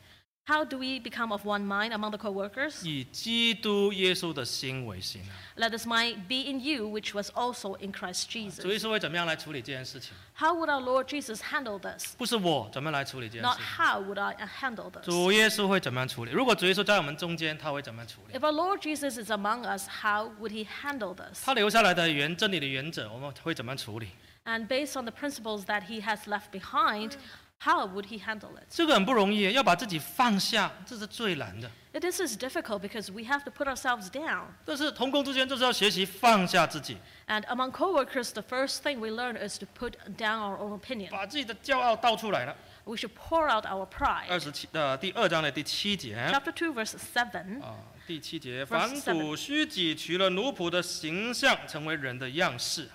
Speaker 2: How do we become of one mind among the co-workers?
Speaker 1: 以基督耶稣的心为心啊。
Speaker 2: Let this mind be in you, which was also in Christ
Speaker 1: 主耶
Speaker 2: Jesus.
Speaker 1: 稣会怎么样来处理这件事情？
Speaker 2: How would our Lord Jesus handle this?
Speaker 1: 不是我怎么来处理这件事
Speaker 2: Not
Speaker 1: 情，
Speaker 2: how would I uh, handle this.
Speaker 1: 主耶稣会怎么样处理？如果主耶稣在我们中间，他会怎么样处理？
Speaker 2: If our Lord Jesus is among us, how would he handle this?
Speaker 1: 他留下来的原真理的原则，我们会怎么样处理？
Speaker 2: And based on the principles that he has left behind, how would he handle it?
Speaker 1: 这个很不容易，要把自己放下，这是最难的。
Speaker 2: This is difficult because we have to put ourselves down.
Speaker 1: 但是同工之间就是要学习放下自己，
Speaker 2: And among coworkers, the first thing we learn is to put down our own opinion.
Speaker 1: 把自己的骄傲倒出来了。
Speaker 2: We should pour out our
Speaker 1: 二
Speaker 2: pride.
Speaker 1: 十七呃第二章的第七节啊、
Speaker 2: Chapter 2, verse 7.
Speaker 1: Uh. 第七节，
Speaker 2: Verse
Speaker 1: 凡古虚己，取了奴仆的形象，成为人的样式。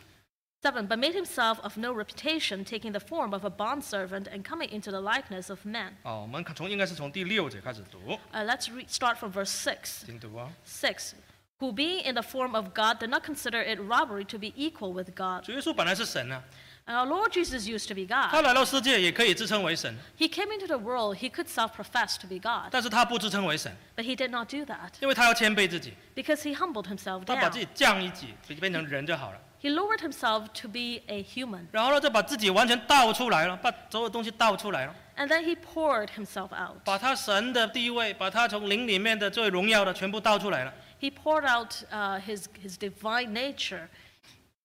Speaker 2: 7. But made himself of no reputation, taking the form of a bondservant and coming into the likeness of men.
Speaker 1: 哦，我们看从应该是从第六节开始读，
Speaker 2: Uh, let's re- start from verse 6.
Speaker 1: 请读啊。
Speaker 2: 6. Who being in the form of God did not consider it robbery to be equal with God.
Speaker 1: 主耶稣本来是神啊，
Speaker 2: And our Lord Jesus used to be
Speaker 1: 他
Speaker 2: God.
Speaker 1: 来到世界也可以自称为神，
Speaker 2: He came into the world, he could self profess to be God.
Speaker 1: 但是他不自称为神，
Speaker 2: But he did not do that
Speaker 1: 因为他要谦卑自己，
Speaker 2: because he humbled himself
Speaker 1: 他把自
Speaker 2: down.
Speaker 1: 己降一级，变成人就好了。
Speaker 2: He lowered himself to be a human,
Speaker 1: 然后呢，再把自己完全倒出来了，把所有东西倒出来了，
Speaker 2: and then he poured himself out.
Speaker 1: 把他神的地位，把他从灵里面的最荣耀的全部倒出来了，
Speaker 2: He poured out uh, his, his divine nature,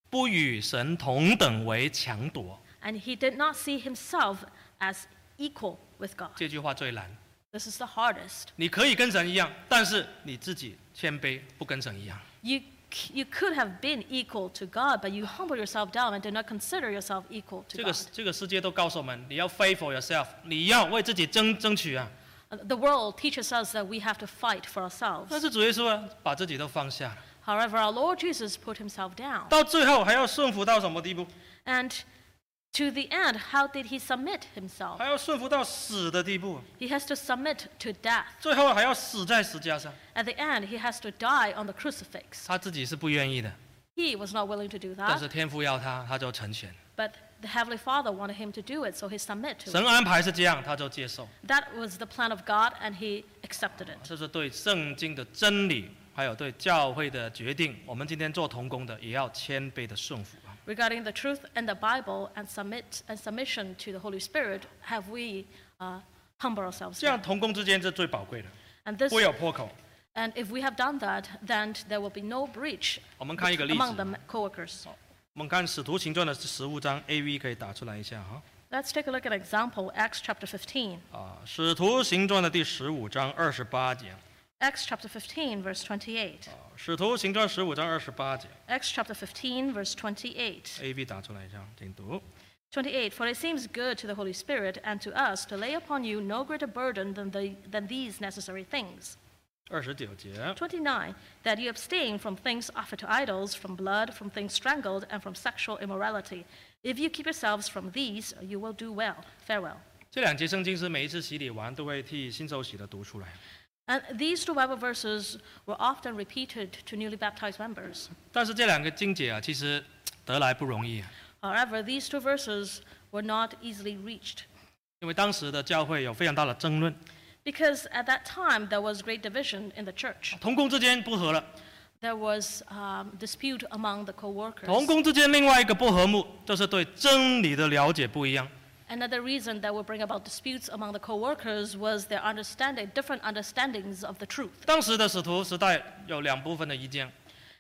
Speaker 1: 不与神同等为强夺。
Speaker 2: and he did not see himself as equal with God.
Speaker 1: 这句话最难，
Speaker 2: This is the hardest.
Speaker 1: 你可以跟神一样，但是你自己谦卑，不跟神一样。
Speaker 2: You, c- you could have been equal to God, but you humbled yourself down and did not consider yourself equal to
Speaker 1: 这个
Speaker 2: God.
Speaker 1: 这个世界都告诉我们，你要 faithful yourself，你要为自己争争取啊。
Speaker 2: Uh, The world teaches us that we have to fight
Speaker 1: 但
Speaker 2: for ourselves.
Speaker 1: 是主耶稣啊，把自己都放下了。
Speaker 2: However, our Lord Jesus put himself down.
Speaker 1: 到最后还要顺服到什么地步？
Speaker 2: And to the end, how did he submit himself?
Speaker 1: 还要顺服到死的地步，
Speaker 2: He has to submit to death.
Speaker 1: 最后还要死在石架上。
Speaker 2: At the end, he has to die on the crucifix.
Speaker 1: 他自己是不愿意的，
Speaker 2: He was not willing to do
Speaker 1: 但是
Speaker 2: that,
Speaker 1: 天父要他，他就成全。
Speaker 2: but the Heavenly Father wanted him to do it, so he submitted to it.
Speaker 1: 神安排是这样，他就接受。
Speaker 2: That was the plan of God, and he accepted it.
Speaker 1: 这是对圣经的真理，还有对教会的决定。我们今天做童工的，也要谦卑的顺服啊。
Speaker 2: Regarding the truth in the Bible and submit and submission to the Holy Spirit, have we uh, humble ourselves?
Speaker 1: 这样童工之间是最宝贵的，
Speaker 2: And this,
Speaker 1: 不会有破口。
Speaker 2: and if we have done that, then there will be no breach
Speaker 1: 我们看一个例
Speaker 2: among
Speaker 1: 子
Speaker 2: the，coworkers.
Speaker 1: 我们看《使徒行传》的十五章，A V 可以打出来一下啊。
Speaker 2: Let's take a look at an example, Acts chapter 15.
Speaker 1: 啊，《使徒行传》的第十五章二十八节，啊
Speaker 2: Acts chapter 15, verse 28.
Speaker 1: 《使徒行传》十五章二十八节
Speaker 2: Acts chapter 15, verse 28.
Speaker 1: ，A V 打出来一下，请读。
Speaker 2: 28 For it seems good to the Holy Spirit and to us to lay upon you no greater burden than, the, than these necessary things.
Speaker 1: 二十九节，
Speaker 2: 29 That you abstain from things offered to idols, from blood, from things strangled, and from sexual immorality. If you keep yourselves from these, you will do well. Farewell.
Speaker 1: 这两节圣经是每一次洗礼完都会替新手洗的读出来。
Speaker 2: And these two Bible verses were often repeated to newly baptized members.
Speaker 1: 但是这两个经节啊，其实得来不容易啊，
Speaker 2: However, these two verses were not easily reached
Speaker 1: 因为当时的教会有非常大的争论，
Speaker 2: because at that time there was great division in the church.
Speaker 1: 同工之间不和了，
Speaker 2: There was um, dispute among the co
Speaker 1: 同
Speaker 2: workers.
Speaker 1: 工之间另外一个不和睦，就是对真理的了解不一样。
Speaker 2: Another reason that would bring about disputes among the co-workers was their understanding, different understandings of the truth.
Speaker 1: 当时的使徒时代有两部分的意见，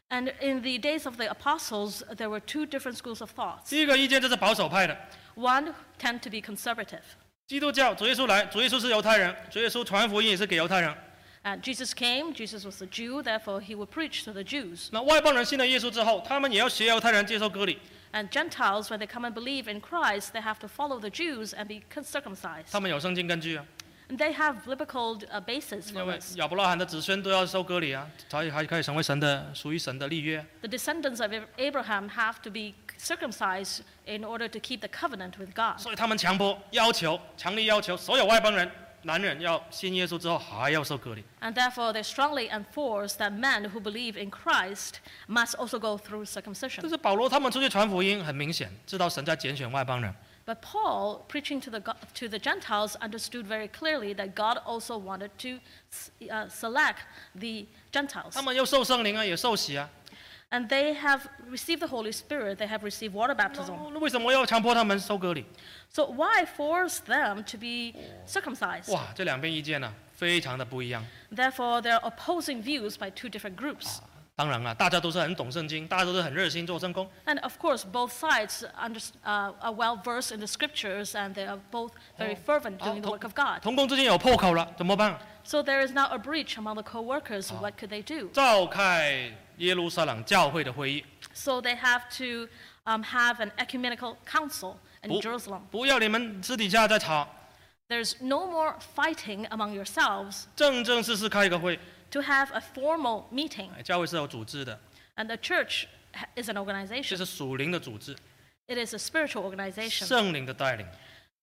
Speaker 2: And in the days of the apostles, there were two different schools of thought.
Speaker 1: 第一个意见就是保守派的，
Speaker 2: One tend to be conservative.
Speaker 1: 基督教主耶稣来，主耶稣是犹太人，主耶稣传福音也是给犹太人。
Speaker 2: And Jesus came, Jesus was a Jew, therefore he would preach to the Jews.
Speaker 1: 那外邦人信了耶稣之后，他们也要学犹太人接受割礼，
Speaker 2: And Gentiles, when they come and believe in Christ, they have to follow the Jews and be circumcised.
Speaker 1: 他们有圣经根据啊，
Speaker 2: And they have biblical uh, basis
Speaker 1: 因
Speaker 2: for
Speaker 1: 为
Speaker 2: this.
Speaker 1: 亚伯拉罕的子孙都要受割礼啊，才还可以成为神的属于神的立约。
Speaker 2: The descendants of Ab- Abraham have to be circumcised in order to keep the covenant with God.
Speaker 1: 所以他们强迫要求，强力要求所有外邦人男人要信耶稣之后还要受割礼。
Speaker 2: And therefore, they strongly enforce that men who believe in Christ must also go through
Speaker 1: 但
Speaker 2: circumcision.
Speaker 1: 是保罗他们出去传福音，很明显知道神在拣选外邦人，
Speaker 2: But Paul, preaching to the, Go- to the Gentiles, understood very clearly that God also wanted to s- uh, select the Gentiles.
Speaker 1: 他们又受圣灵啊，也受洗啊，
Speaker 2: And they have received the Holy Spirit, they have received
Speaker 1: 那
Speaker 2: water baptism.
Speaker 1: 那为什么要强迫他们受割礼？
Speaker 2: So why force them to be circumcised?
Speaker 1: 哇，这两边意见呢、啊非常的不一样。
Speaker 2: Therefore, there are opposing views by two different groups.
Speaker 1: 当然了，大家都是很懂圣经，大家都是很热心做圣工，
Speaker 2: And of course, both sides under, uh, are well versed in the scriptures and they are both very fervent doing
Speaker 1: Oh,
Speaker 2: the work of God.
Speaker 1: 同工之间有破口了，怎么办？
Speaker 2: So there is now a breach among the co workers. What could they do?
Speaker 1: 召开耶路撒冷教会的会议，
Speaker 2: So they have to um, have an ecumenical council in
Speaker 1: 不
Speaker 2: Jerusalem.
Speaker 1: 不要你们私底下再吵，
Speaker 2: There's no more fighting among yourselves
Speaker 1: 正正式式开一个会。
Speaker 2: to have a formal meeting.
Speaker 1: 哎教会是有组织的，
Speaker 2: And the church ha- is an
Speaker 1: 这
Speaker 2: organization,
Speaker 1: 是属灵的组织，
Speaker 2: it is a spiritual organization.
Speaker 1: 圣灵的带领。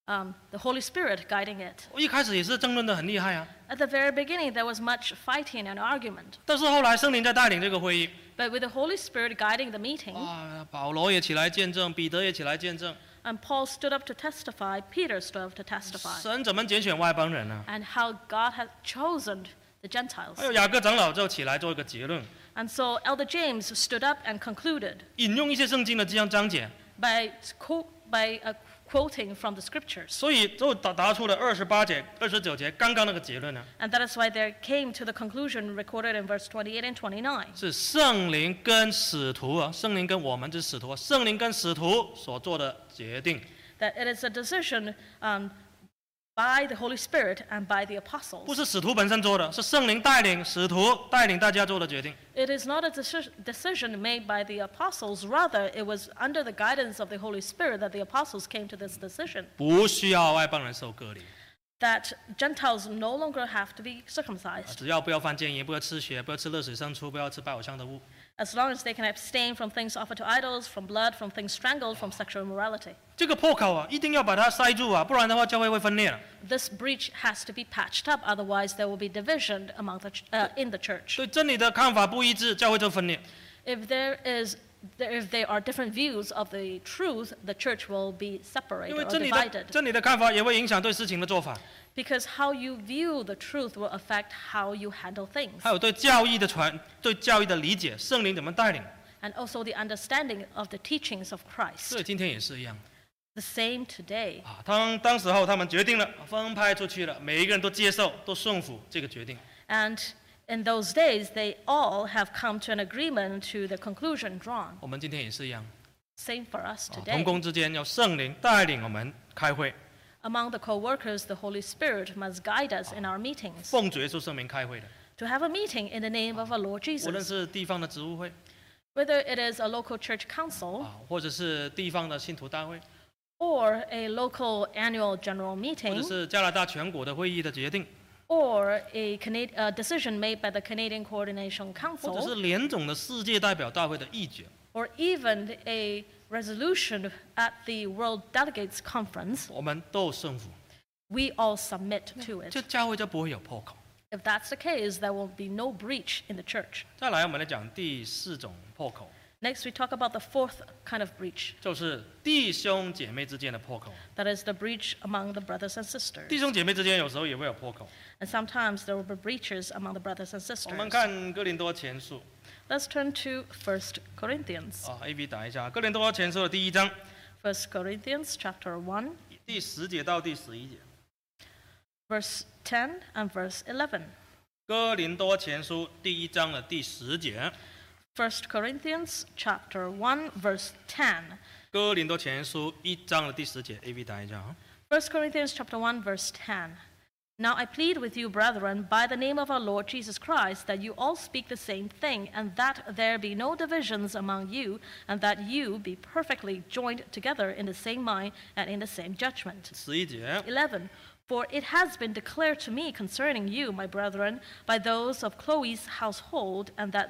Speaker 2: um, the Holy Spirit guiding it.
Speaker 1: 我一开始也是争论的很厉害啊，
Speaker 2: At the very beginning, there was much fighting and argument,
Speaker 1: 但是后来圣灵在带领这个会议，
Speaker 2: but with the Holy Spirit guiding the meeting,
Speaker 1: 哇，保罗也起来见证，彼得也起来见证，
Speaker 2: and Paul stood up to testify, Peter stood up to testify,
Speaker 1: 神怎么拣选外邦人啊呢、
Speaker 2: and how God had chosen the Gentiles.
Speaker 1: 还有雅各长老就起来做一个结论，
Speaker 2: And so Elder James stood up and concluded
Speaker 1: 引用一些圣经的这样章节，
Speaker 2: by, co- by uh, quoting from the scriptures.
Speaker 1: 所以就达达出了二十八节、二十九节刚刚那个结论啊呢、
Speaker 2: And that is why they came to the conclusion recorded in verse 28 and 29.
Speaker 1: 是圣灵跟使徒啊，圣灵跟我们这使徒啊，圣灵跟使徒所做的决定。
Speaker 2: that it is a decision um, by the Holy Spirit and by the apostles.
Speaker 1: 不是使徒本身做的，是圣灵带领使徒带领大家做的决定。
Speaker 2: It is not a deci- decision made by the apostles, rather, it was under the guidance of the Holy Spirit that the apostles came to this decision
Speaker 1: 不需要外邦人受割礼，
Speaker 2: that Gentiles no longer have to be
Speaker 1: 啊
Speaker 2: circumcised
Speaker 1: 只要不要犯奸淫，不要吃血，不要吃热水牲畜，不要吃拜偶像的物。
Speaker 2: as long as they can abstain from things offered to idols, from blood, from things strangled, from sexual immorality.
Speaker 1: 这个破口啊，一定要把它塞住啊，不然的话教会会分裂了。
Speaker 2: This breach has to be patched up, otherwise, there will be division among the ch- uh, in the church.
Speaker 1: 对真理的看法不一致，教会就分裂。
Speaker 2: If there is there, if there are different views of the truth, the church will be
Speaker 1: 因
Speaker 2: separated
Speaker 1: 为
Speaker 2: or
Speaker 1: 真理的
Speaker 2: divided.
Speaker 1: 真理的看法也会影响对事情的做法，
Speaker 2: Because how you view the truth will affect how you handle things
Speaker 1: 还有对教义的传、对教义的理解，圣灵怎么带领。
Speaker 2: and also the understanding of the teachings of
Speaker 1: 所
Speaker 2: Christ.
Speaker 1: 以今天也是一样
Speaker 2: The same today.
Speaker 1: 啊。当当时候他们决定了啊分派出去了，每一个人都接受、都顺服这个决定。
Speaker 2: And in those days, they all have come to an agreement to the conclusion drawn.
Speaker 1: 我们今天也是一样。
Speaker 2: Same for us
Speaker 1: 啊同
Speaker 2: today.
Speaker 1: 工之间要圣灵带领我们开会，
Speaker 2: Among the co workers, the Holy Spirit must guide us in our meetings.
Speaker 1: 奉主耶稣圣名开会的，
Speaker 2: To have a meeting in the name of our Lord
Speaker 1: 无论
Speaker 2: Jesus,
Speaker 1: 是地方的职务会
Speaker 2: whether it is a local church council
Speaker 1: 啊，或者是地方的信徒大会，
Speaker 2: or a local annual general
Speaker 1: 或者
Speaker 2: meeting.
Speaker 1: 是加拿大全国的会议的决定，
Speaker 2: or a, Cana- a decision made by the Canadian Coordination
Speaker 1: 或者是
Speaker 2: Council,
Speaker 1: 联总的世界代表大会的议决，
Speaker 2: or even a resolution at the World Delegates Conference,
Speaker 1: 我们都顺服，
Speaker 2: we all submit to
Speaker 1: 这
Speaker 2: it.
Speaker 1: 教会就不会有破口。
Speaker 2: If that's the case, there will be no breach in the church.
Speaker 1: 再来，我们来讲第四种破口，
Speaker 2: Next, we talk about the fourth kind of breach
Speaker 1: 就是弟兄姐妹之间的破口。
Speaker 2: that is, the breach among the brothers and
Speaker 1: 弟
Speaker 2: sisters.
Speaker 1: 兄姐妹之间有时候也会有破口。
Speaker 2: And sometimes there will be breaches among the brothers and
Speaker 1: 我们
Speaker 2: sisters.
Speaker 1: 看哥林多前书
Speaker 2: Let's turn to 1 Corinthians.
Speaker 1: 啊，A B 打一下，哥林多前书的第一章
Speaker 2: 1 Corinthians chapter 1,
Speaker 1: 第十节到第十一节。
Speaker 2: verse 10 and verse 11.
Speaker 1: 哥林多前书第一章的第十节，
Speaker 2: 1 Corinthians chapter 1 verse 10.
Speaker 1: 哥林多前书一章的第十节，A V 打一下啊。
Speaker 2: 1 Corinthians chapter 1 verse 10. Now I plead with you brethren by the name of our Lord Jesus Christ that you all speak the same thing and that there be no divisions among you and that you be perfectly joined together in the same mind and in the same judgment.
Speaker 1: 十一节，
Speaker 2: 11. For it has been declared to me concerning you, my brethren, by those of Chloe's household, and that,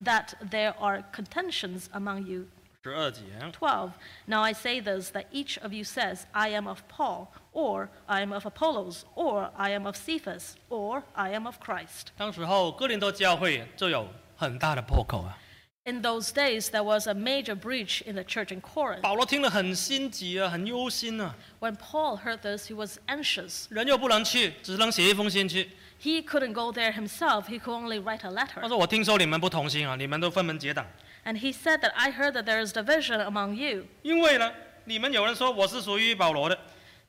Speaker 2: that there are contentions among you
Speaker 1: 十二节，
Speaker 2: 12. Now I say this that each of you says, I am of Paul, or I am of Apollos, or I am of Cephas, or I am of Christ.
Speaker 1: 当时候哥林多教会就有很大的破口啊。
Speaker 2: In those days, there was a major breach in the church in Corinth.
Speaker 1: 保罗听了很心急啊，很忧心啊，
Speaker 2: When Paul heard this, he was anxious.
Speaker 1: 人又不能去，只能写一封信去。
Speaker 2: He couldn't go there himself, he could only write
Speaker 1: 他
Speaker 2: a letter.
Speaker 1: 说：“我听说你们不同心啊，你们都分门结党，
Speaker 2: And he said that I heard that there is division among you,
Speaker 1: 因为呢，你们有人说我是属于保罗的，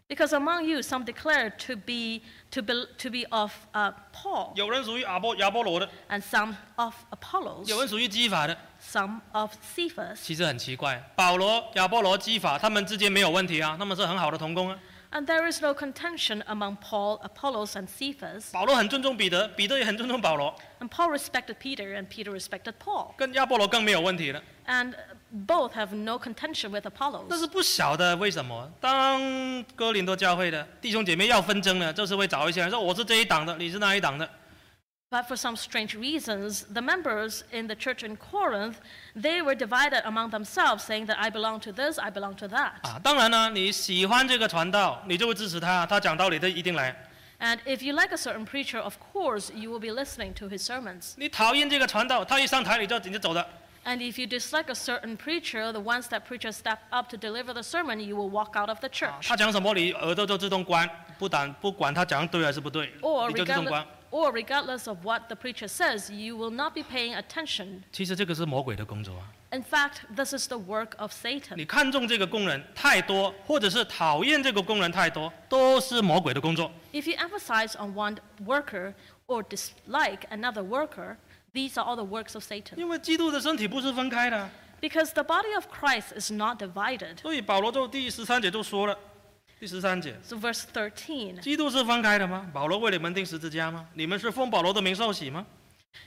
Speaker 2: because among you some declare to be, to be, to be of uh, Paul,
Speaker 1: 有人属于阿波亚波罗的，
Speaker 2: and some of Apollos,
Speaker 1: 有人属于基法的。
Speaker 2: some of Cephas.
Speaker 1: 其实很奇怪，保罗、亚波罗、基法他们之间没有问题啊，他们是很好的同工啊。
Speaker 2: And there is no contention among Paul, Apollos, and Cephas.
Speaker 1: 保罗很尊重彼得，彼得也很尊重保罗，
Speaker 2: And Paul respected Peter, and Peter respected Paul.
Speaker 1: 跟亚波罗更没有问题了。
Speaker 2: And both have no contention with
Speaker 1: 但
Speaker 2: Apollos.
Speaker 1: 是不晓得为什么，当哥林多教会的弟兄姐妹要纷争呢，就是会找一些人说我是这一党的，你是那一党的。
Speaker 2: But for some strange reasons, the members in the church in Corinth, they were divided among themselves, saying that I belong to this, I belong to that.
Speaker 1: 啊，当然呢，你喜欢这个传道，你就会支持他，他讲道理他一定来；
Speaker 2: And if you like a certain preacher, of course, you will be listening to his sermons.
Speaker 1: 你讨厌这个传道，他一上台你就你就走了。
Speaker 2: And if you dislike a certain preacher, the once that preacher stepped up to deliver the sermon, you will walk out of the
Speaker 1: 啊
Speaker 2: church.
Speaker 1: 他讲什么你耳朵就自动关，不管不管他讲对还是不对，
Speaker 2: Or
Speaker 1: 你就自动
Speaker 2: regardless,
Speaker 1: 关。
Speaker 2: or regardless of what the preacher says, you will not be paying attention.
Speaker 1: 其实这个是魔鬼的工作啊！
Speaker 2: In fact, this is the work of Satan.
Speaker 1: 你看中这个工人太多，或者是讨厌这个工人太多，都是魔鬼的工作。
Speaker 2: If you emphasize on one worker or dislike another worker, these are all the works of Satan.
Speaker 1: 因为基督的身体不是分开的啊，
Speaker 2: Because the body of Christ is not divided.
Speaker 1: 所以保罗就第十三节就说了，第十三节，
Speaker 2: So, verse 13
Speaker 1: 基督是分开的吗？保罗为你们钉十字架吗？你们是奉保罗的名受洗吗？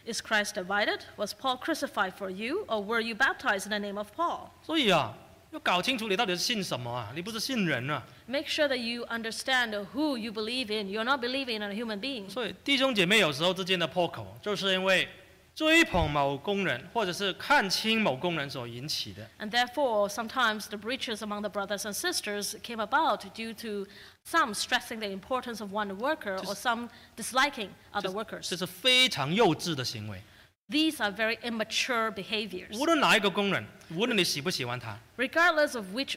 Speaker 2: Is Christ divided? Was Paul crucified for you, or were you baptized in the name of Paul?
Speaker 1: 所以啊，要搞清楚你到底是信什么啊？你不是信人啊！
Speaker 2: Make sure that you understand who you believe in. You're not believing in a human being.
Speaker 1: 所以弟兄姐妹有时候之间的破口，就是因为追捧某工人，或者是看轻某工人所引起的。
Speaker 2: And therefore, sometimes the breaches among the brothers and sisters came about due to some stressing the importance of one worker or some disliking other
Speaker 1: 这
Speaker 2: workers.
Speaker 1: 是非常幼稚的行为。
Speaker 2: These are very immature behaviors.
Speaker 1: 无论哪一个工人，无论你喜不喜欢他，
Speaker 2: Regardless of which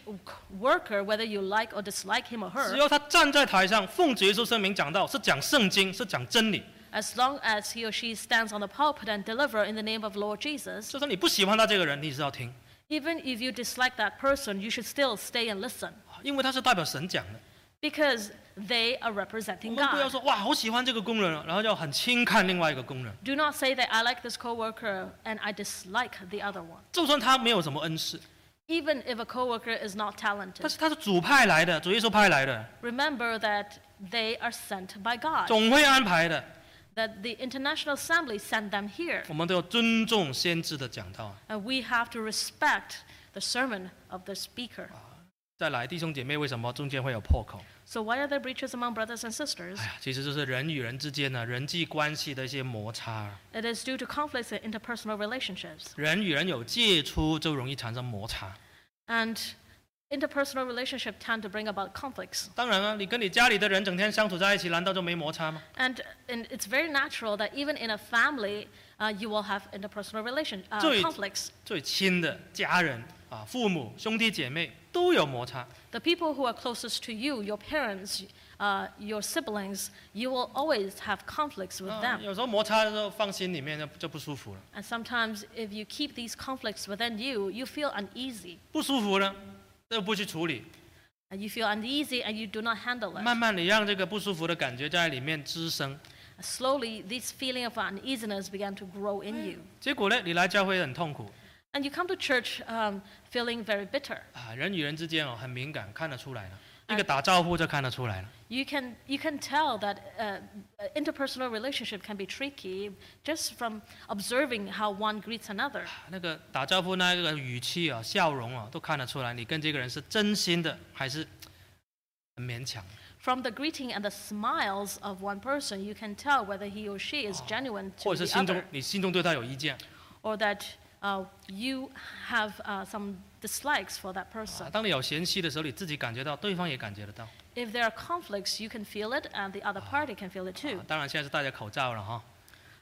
Speaker 2: worker, whether you like or dislike him or
Speaker 1: 只
Speaker 2: her,
Speaker 1: 要他站在台上奉主耶稣圣名讲道，是讲圣经，是讲真理。
Speaker 2: as long as he or she stands on the pulpit and deliver in the name of Lord Jesus,
Speaker 1: 就算你不喜欢他这个人，你也是要听，
Speaker 2: even if you dislike that person, you should still stay and listen
Speaker 1: 因为他是代表神讲的。
Speaker 2: because they are
Speaker 1: 我
Speaker 2: representing
Speaker 1: 们不要
Speaker 2: God.
Speaker 1: 说哇，好喜欢这个工人啊，然后就很轻看另外一个工人，
Speaker 2: Do not say that I like this coworker and I dislike the other one.
Speaker 1: 就算他没有什么恩赐，
Speaker 2: Even if a coworker is not
Speaker 1: 但
Speaker 2: talented,
Speaker 1: 是他是主派来的，主耶稣派来的，
Speaker 2: 哎 remember that they are sent by God,
Speaker 1: 总会安排的。
Speaker 2: that the International Assembly sent them here.
Speaker 1: 我们都要尊重先知的讲道啊。
Speaker 2: And we have to respect the sermon of the speaker.
Speaker 1: 再来，弟兄姐妹，为什么中间会有破口？
Speaker 2: So why are there breaches among brothers and sisters?
Speaker 1: 哎呀，其实就是人与人之间呢、人际关系的一些摩擦啊。
Speaker 2: It is due to conflicts in interpersonal relationships.
Speaker 1: 人与人有接触，就容易产生摩擦。
Speaker 2: And interpersonal relationships tend to bring about conflicts.
Speaker 1: 当然啊，你跟你家里的人整天相处在一起，难道就没摩擦吗？
Speaker 2: And, and it's very natural that even in a family, uh, you will have interpersonal relation, uh,
Speaker 1: 最-
Speaker 2: conflicts.
Speaker 1: 最亲的家人啊，父母、兄弟姐妹都有摩擦。
Speaker 2: The people who are closest to you, your parents, uh, your siblings, you will always have conflicts with
Speaker 1: 啊
Speaker 2: them.
Speaker 1: 有时候摩擦的时候放心里面就就不舒服了，
Speaker 2: And sometimes, if you keep these conflicts within you, you feel uneasy.
Speaker 1: 不舒服呢，又不去处理，
Speaker 2: And you feel uneasy and you do not handle it.
Speaker 1: 慢慢你让这个不舒服的感觉在里面滋生，
Speaker 2: Slowly, this feeling of uneasiness began to grow in you.
Speaker 1: 结果呢，你来教会很痛苦
Speaker 2: And you come to church um, feeling very bitter.
Speaker 1: 啊。人与人之间哦很敏感，看得出来了，一个打招呼就看得出来了。
Speaker 2: You can, you can tell that uh, interpersonal relationship can be tricky just from observing how one greets another.
Speaker 1: 啊那个打招呼那个语气啊、笑容啊，都看得出来，你跟这个人是真心的还是很勉强。
Speaker 2: From the greeting and the smiles of one person, you can tell whether he or she Oh, is genuine
Speaker 1: 或
Speaker 2: to
Speaker 1: 者是
Speaker 2: the
Speaker 1: 心中
Speaker 2: other,
Speaker 1: 你心中对他有意见
Speaker 2: or that uh, you have uh, some dislikes for that
Speaker 1: 啊
Speaker 2: person.。
Speaker 1: 当你有嫌隙的时候，你自己感觉到，对方也感觉得到。
Speaker 2: 嗯 If there are conflicts, you can feel it, and the other party can feel it too.
Speaker 1: 啊当然现在是戴着口罩了哈，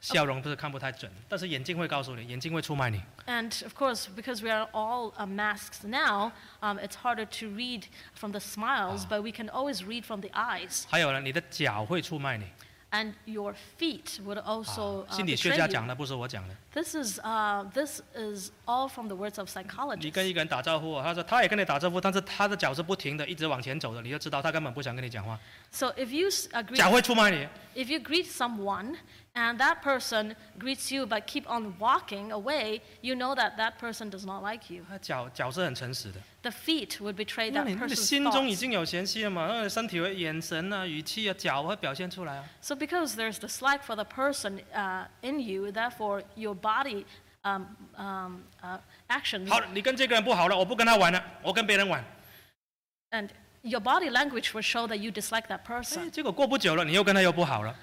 Speaker 1: 笑容不是看不太准，但是眼睛会告诉你，眼睛会出卖你。
Speaker 2: And of course, because we are all uh, masks now, um, it's harder to read from the smiles, but we can always read from the eyes.
Speaker 1: 还有呢，你的脚会出卖你。
Speaker 2: And your feet would
Speaker 1: 啊
Speaker 2: also uh,
Speaker 1: Ah，心理
Speaker 2: betray
Speaker 1: 学家
Speaker 2: you.
Speaker 1: 讲的，不是我讲的。
Speaker 2: This is uh, this is all from the words of
Speaker 1: 你
Speaker 2: psychologists.
Speaker 1: 跟一个人打招呼啊，他说他也跟你打招呼，但是他的脚是不停的，一直往前走的，你就知道他根本不想跟你讲话，
Speaker 2: So if you s- uh, greet
Speaker 1: 脚会出卖你。
Speaker 2: if you greet someone and that person greets you but keep on walking away, you know that that person does not like you.
Speaker 1: 他脚脚是很诚实的，
Speaker 2: The feet would betray
Speaker 1: 那
Speaker 2: that
Speaker 1: 你那你
Speaker 2: person's
Speaker 1: 心中已
Speaker 2: thoughts.
Speaker 1: 经有嫌隙了嘛？那你身体、眼神啊、语气啊、脚会表现出来啊。
Speaker 2: So because there's dislike for the person uh, in you, therefore your body um, um, uh, actions
Speaker 1: 好了，你跟这个人不好了，我不跟他玩了，我跟别人玩。
Speaker 2: and your body language will show that you dislike that
Speaker 1: 哎，
Speaker 2: person.
Speaker 1: 结果过不久了，你又跟他又不好了。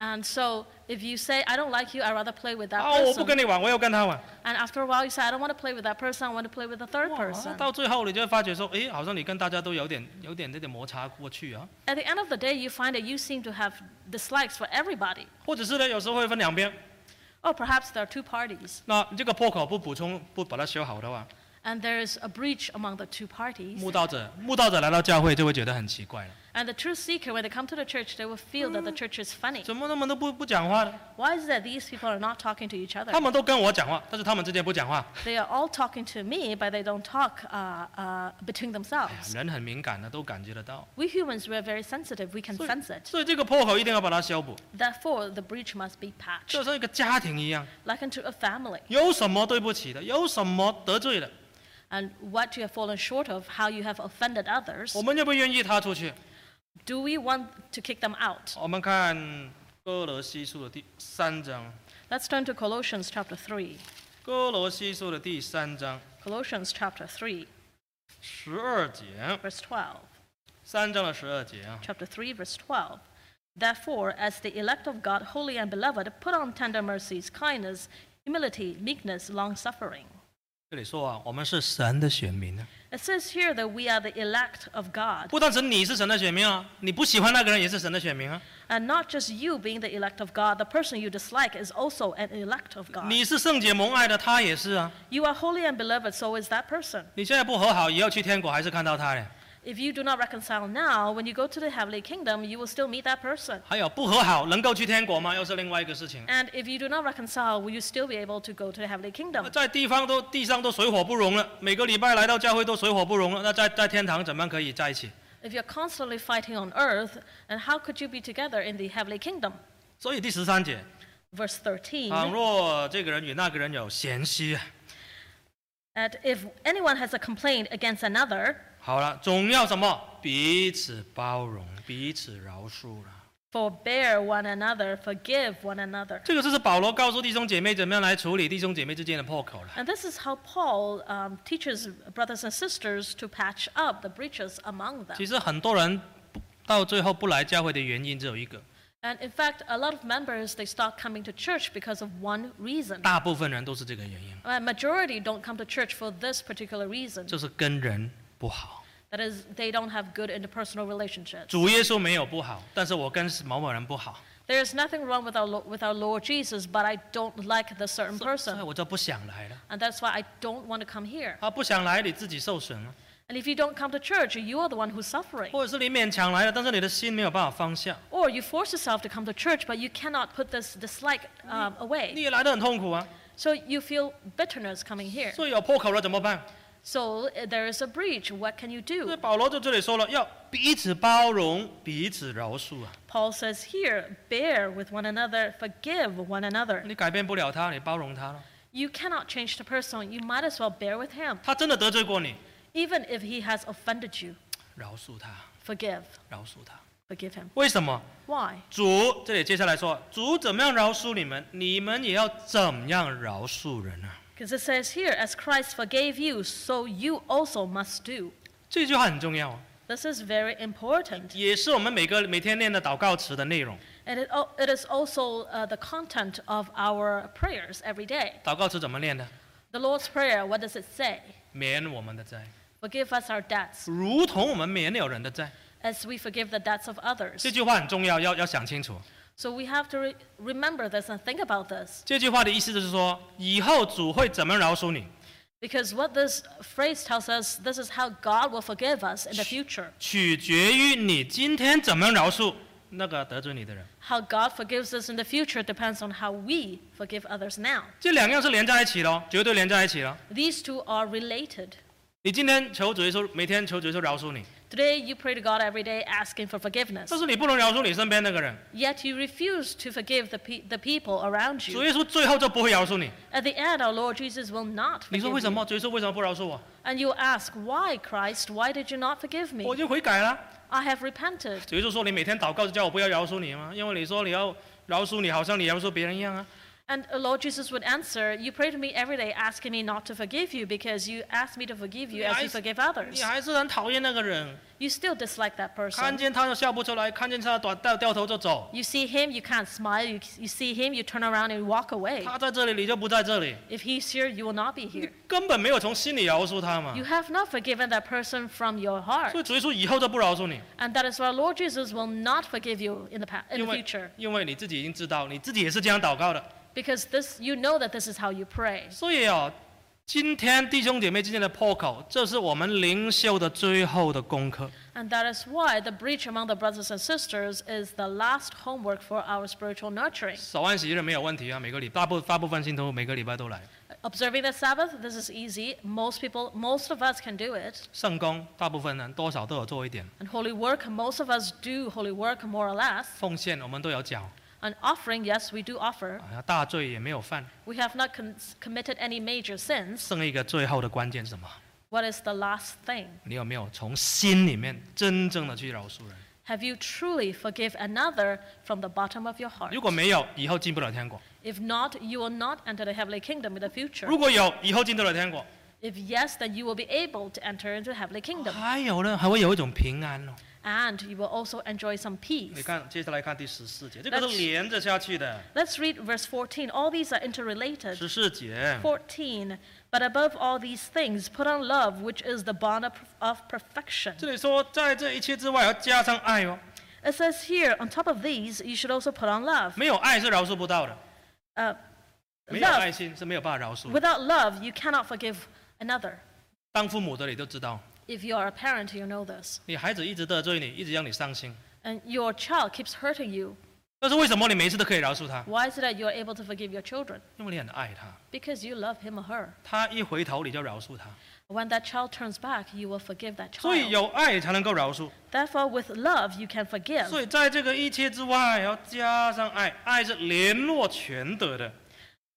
Speaker 2: And so if you say, I don't like you, I'd rather play with that
Speaker 1: 啊，我不
Speaker 2: person.
Speaker 1: 跟你玩，我又跟他玩。
Speaker 2: And after a while, you say, I don't want to play with that person, I want to play with the third
Speaker 1: 哇
Speaker 2: person.
Speaker 1: 啊到最后你就会发觉说，哎，好像你跟大家都有点有点那点摩擦过去啊。
Speaker 2: At the end of the day, you find that you seem to have dislikes for everybody.
Speaker 1: 或者是呢，有时候会分两边。
Speaker 2: Or perhaps there are two parties,
Speaker 1: 那这个破口不补充不把它修好的话，
Speaker 2: and there is a breach among the two parties.
Speaker 1: 慕道者慕道者来到教会就会觉得很奇怪了，
Speaker 2: And the truth seeker, when they come to the church, they will feel that the church is funny.
Speaker 1: 怎么他们都不不讲话呢？
Speaker 2: Why is it that these people are not talking to each other?
Speaker 1: 他们都跟我讲话，但是他们之间不讲话。
Speaker 2: They are all talking to me, but they don't talk uh, uh, between
Speaker 1: 哎呀
Speaker 2: themselves.
Speaker 1: 人很敏感的，都感觉得到。
Speaker 2: We humans, we are very sensitive. We can sense it.
Speaker 1: 所以这个破口一定要把它修补，
Speaker 2: Therefore, the breach must be
Speaker 1: 就
Speaker 2: patched,
Speaker 1: 像一个家庭一样，
Speaker 2: like unto a family.
Speaker 1: 有什么对不起的，有什么得罪的，
Speaker 2: And what you have fallen short of, how you have offended others,
Speaker 1: 我们愿不愿意踏出去？
Speaker 2: do we want to kick them out?
Speaker 1: 我们看哥罗西书的第三章，
Speaker 2: Let's turn to Colossians chapter 3.
Speaker 1: 哥罗西书的第三章
Speaker 2: Colossians chapter 3,
Speaker 1: 十二节，
Speaker 2: verse 12.
Speaker 1: 三章的十二节啊。
Speaker 2: Chapter 3, verse 12. Therefore, as the elect of God, holy and beloved, put on tender mercies, kindness, humility, meekness, long suffering.
Speaker 1: 这里说啊，我们是神的选民啊，
Speaker 2: It says here that we are the elect of God,
Speaker 1: 不但是你是神的选民啊，你不喜欢那个人也是神的选民啊，
Speaker 2: and not just you being the elect of God, the person you dislike is also an elect of God.
Speaker 1: 你是圣洁蒙爱的，他也是啊。
Speaker 2: You are holy and beloved, so is that person.
Speaker 1: 你现在不和好，以后去天国还是看到他嘞。
Speaker 2: If you do not reconcile now, when you go to the heavenly kingdom, you will still meet that person.
Speaker 1: 还有不和好能够去天国吗？又是另外一个事情。
Speaker 2: And if you do not reconcile, will you still be able to go to the heavenly kingdom?
Speaker 1: 在地方都地上都水火不容了，每个礼拜来到教会都水火不容了，那在在天堂怎么样可以在一起？
Speaker 2: If you're constantly fighting on earth, and how could you be together in the heavenly kingdom?
Speaker 1: 所以第十三节，
Speaker 2: Verse 13.
Speaker 1: 倘若这个人与那个人有嫌隙，
Speaker 2: And if anyone has a complaint against another,
Speaker 1: 好了，总要什么？彼此包容，彼此饶恕了。
Speaker 2: forbear one another, forgive one another.
Speaker 1: 这个就是保罗告诉弟兄姐妹怎么样来处理弟兄姐妹之间的破口了。
Speaker 2: And this is how Paul um, teaches brothers and sisters to patch up the breaches among them.
Speaker 1: 其实很多人不到最后不来教会的原因只有一个，
Speaker 2: And in fact, a lot of members they start coming to church because of one reason.
Speaker 1: 大部分人都是这个原因，
Speaker 2: A majority don't come to church for this particular reason.
Speaker 1: 就是跟人不好。
Speaker 2: That is, they don't have good interpersonal relationships.
Speaker 1: 主耶稣没有不好，但是我跟某某人不好，
Speaker 2: There is nothing wrong with our Lo- with our Lord Jesus, but I don't like the certain
Speaker 1: 所以
Speaker 2: person,
Speaker 1: 哎我就不想来了。
Speaker 2: and that's why I don't want to come here.
Speaker 1: 啊，不想来你自己受损了，
Speaker 2: And if you don't come to church, you are the one who's suffering.
Speaker 1: 或者是你勉强来了，但是你的心没有办法放下，
Speaker 2: Or you force yourself to come to church, but you cannot put this dislike um,
Speaker 1: 你
Speaker 2: away.
Speaker 1: 也来得很痛苦啊。
Speaker 2: So you feel bitterness coming here.
Speaker 1: 所以有破口了怎么办？
Speaker 2: So uh, there is a breach. What can you
Speaker 1: 所以
Speaker 2: do?
Speaker 1: 保罗在这里说了，要彼此包容，彼此饶恕啊。
Speaker 2: Paul says here bear with one another, forgive one another.
Speaker 1: 你改变不了他，你包容他了，
Speaker 2: You cannot change the person. You might as well bear with him.
Speaker 1: 他真的得罪过你，
Speaker 2: Even if he has offended you,
Speaker 1: 饶恕他，
Speaker 2: forgive.
Speaker 1: 饶恕他。
Speaker 2: Forgive him.
Speaker 1: 为什么？
Speaker 2: Why?
Speaker 1: 主这里接下来说，主怎么样饶恕你们，你们也要怎样饶恕人啊？
Speaker 2: Because it says here, as Christ forgave you, so you also must do.
Speaker 1: 这句话很重要啊，
Speaker 2: This is very important.
Speaker 1: 也是我们每个每天念的祷告词的内容。
Speaker 2: And it, al- it is also uh, the content of our prayers every day.
Speaker 1: 祷告词怎么念的？
Speaker 2: The Lord's Prayer, what does it say?
Speaker 1: 免我们的灾，
Speaker 2: Forgive us our debts
Speaker 1: 如同我们免了人的灾。
Speaker 2: as we forgive the debts of others.
Speaker 1: 这句话很重要，要要想清楚。
Speaker 2: So we have to re- remember this and think about this.
Speaker 1: 这句话的意思就是说，以后主会怎么饶恕你？
Speaker 2: Because what this phrase tells us, this is how God will forgive us in the future.
Speaker 1: 取决于你今天怎么饶恕那个得罪你的人。
Speaker 2: How God forgives us in the future depends on how we forgive others now.
Speaker 1: 这两样是连在一起的哦，绝对连在一起了。
Speaker 2: These two are related.
Speaker 1: 你今天求主耶稣，每天求主耶稣饶恕你，
Speaker 2: Today you pray to God every day asking for forgiveness,
Speaker 1: 但是你不能饶恕你身边那个人，
Speaker 2: yet you refuse to forgive the, pe- the people around
Speaker 1: 主
Speaker 2: you.
Speaker 1: 耶稣最后就不会饶恕你。
Speaker 2: At the end, our Lord Jesus will not
Speaker 1: 你
Speaker 2: forgive
Speaker 1: 说为什
Speaker 2: you.
Speaker 1: 么？主耶稣为什么不饶恕我？
Speaker 2: And you ask, Why, Christ? Why did you not forgive
Speaker 1: 我已
Speaker 2: me?
Speaker 1: 经悔改了。
Speaker 2: I have repented.
Speaker 1: 主耶稣说你每天祷告就叫我不要饶恕你吗？因为你说你要饶恕你，好像你饶恕别人一样啊。
Speaker 2: And our Lord Jesus would answer, You pray to me every day asking me not to forgive you because you ask me to forgive you as you
Speaker 1: Nice.
Speaker 2: forgive others.
Speaker 1: 你还是啊很讨厌那个人，
Speaker 2: You still dislike that
Speaker 1: 看
Speaker 2: person.
Speaker 1: 见他就笑不出来，看见他短掉掉头就走。
Speaker 2: You see him, you can't smile. You, you see him, you turn around and walk away.
Speaker 1: 他在这里，你就不在这里，
Speaker 2: If he's here, you will not be here.
Speaker 1: 根本没有从心里饶恕他嘛
Speaker 2: You。have not forgiven that person from your
Speaker 1: 所
Speaker 2: heart.
Speaker 1: 以主耶稣以后就不饶恕你，
Speaker 2: And that is why our Lord Jesus will not forgive you in the, pa- in
Speaker 1: 因
Speaker 2: the
Speaker 1: 为
Speaker 2: future
Speaker 1: 因为你自己已经知道，你自己也是这样祷告的。
Speaker 2: because this, you know that this is how you pray.
Speaker 1: 所以啊，今天弟兄姐妹之间的破口，这是我们灵修的最后的功课。
Speaker 2: And that is why the breach among the brothers and sisters is the last homework for our spiritual nurturing.
Speaker 1: 守安息日没有问题啊，每个礼大部大部分信徒每个礼拜都来，
Speaker 2: Observing the Sabbath, this is easy. Most people, most of us can do it.
Speaker 1: 圣公大部分人多少都有做一点，
Speaker 2: And holy work, most of us do holy work more or less.
Speaker 1: 奉献我们都有缴，
Speaker 2: And offering, yes, we do offer.
Speaker 1: 啊，大罪也没有犯。
Speaker 2: We have not con- committed any major sins.
Speaker 1: 剩一个最后的关键是什么？
Speaker 2: What is the last thing?
Speaker 1: 你有没有从心里面真正的去饶恕人？
Speaker 2: Have you truly forgive another from the bottom of your heart?
Speaker 1: 如果没有，以后进不了天国；
Speaker 2: If not, you will not enter the heavenly kingdom in the future.
Speaker 1: 如果有，以后进得了天国。
Speaker 2: If yes, then you will be able to enter into the heavenly kingdom.
Speaker 1: 还有呢，还会有一种平安哦。
Speaker 2: And you will also enjoy some
Speaker 1: 你
Speaker 2: peace.
Speaker 1: 看，接下来看第十四节，这个
Speaker 2: That's-
Speaker 1: 是连着下去的。
Speaker 2: Let's read verse 14. All these are interrelated.
Speaker 1: 十四节，
Speaker 2: 14. But above all these things, put on love, which is the bond of, of perfection.
Speaker 1: 这里说，在这一切之外，要加上爱哦。
Speaker 2: It says here, on top of these, you should also put on love.
Speaker 1: 没有爱是饶恕不到的，
Speaker 2: Uh,
Speaker 1: 没有爱
Speaker 2: love.
Speaker 1: 心是没有办法饶恕的。
Speaker 2: Without love, you cannot forgive another.
Speaker 1: 当父母的你都知道，
Speaker 2: If you are a parent, you know this.
Speaker 1: 你孩子一直得罪你，一直让你伤心，
Speaker 2: And your child keeps hurting you.
Speaker 1: 但是为什么你每一次都可以饶恕他？
Speaker 2: Why is it that you are able to forgive your children?
Speaker 1: 因为你很爱他，
Speaker 2: Because you love him or her.
Speaker 1: 他一回头你就饶恕他，
Speaker 2: When that child turns back, you will forgive that
Speaker 1: 所以
Speaker 2: child.
Speaker 1: 有嗯爱才能够饶恕。
Speaker 2: Therefore, with love, you can forgive.
Speaker 1: 所以在这个一切之外，要加上爱，爱是联络全德的，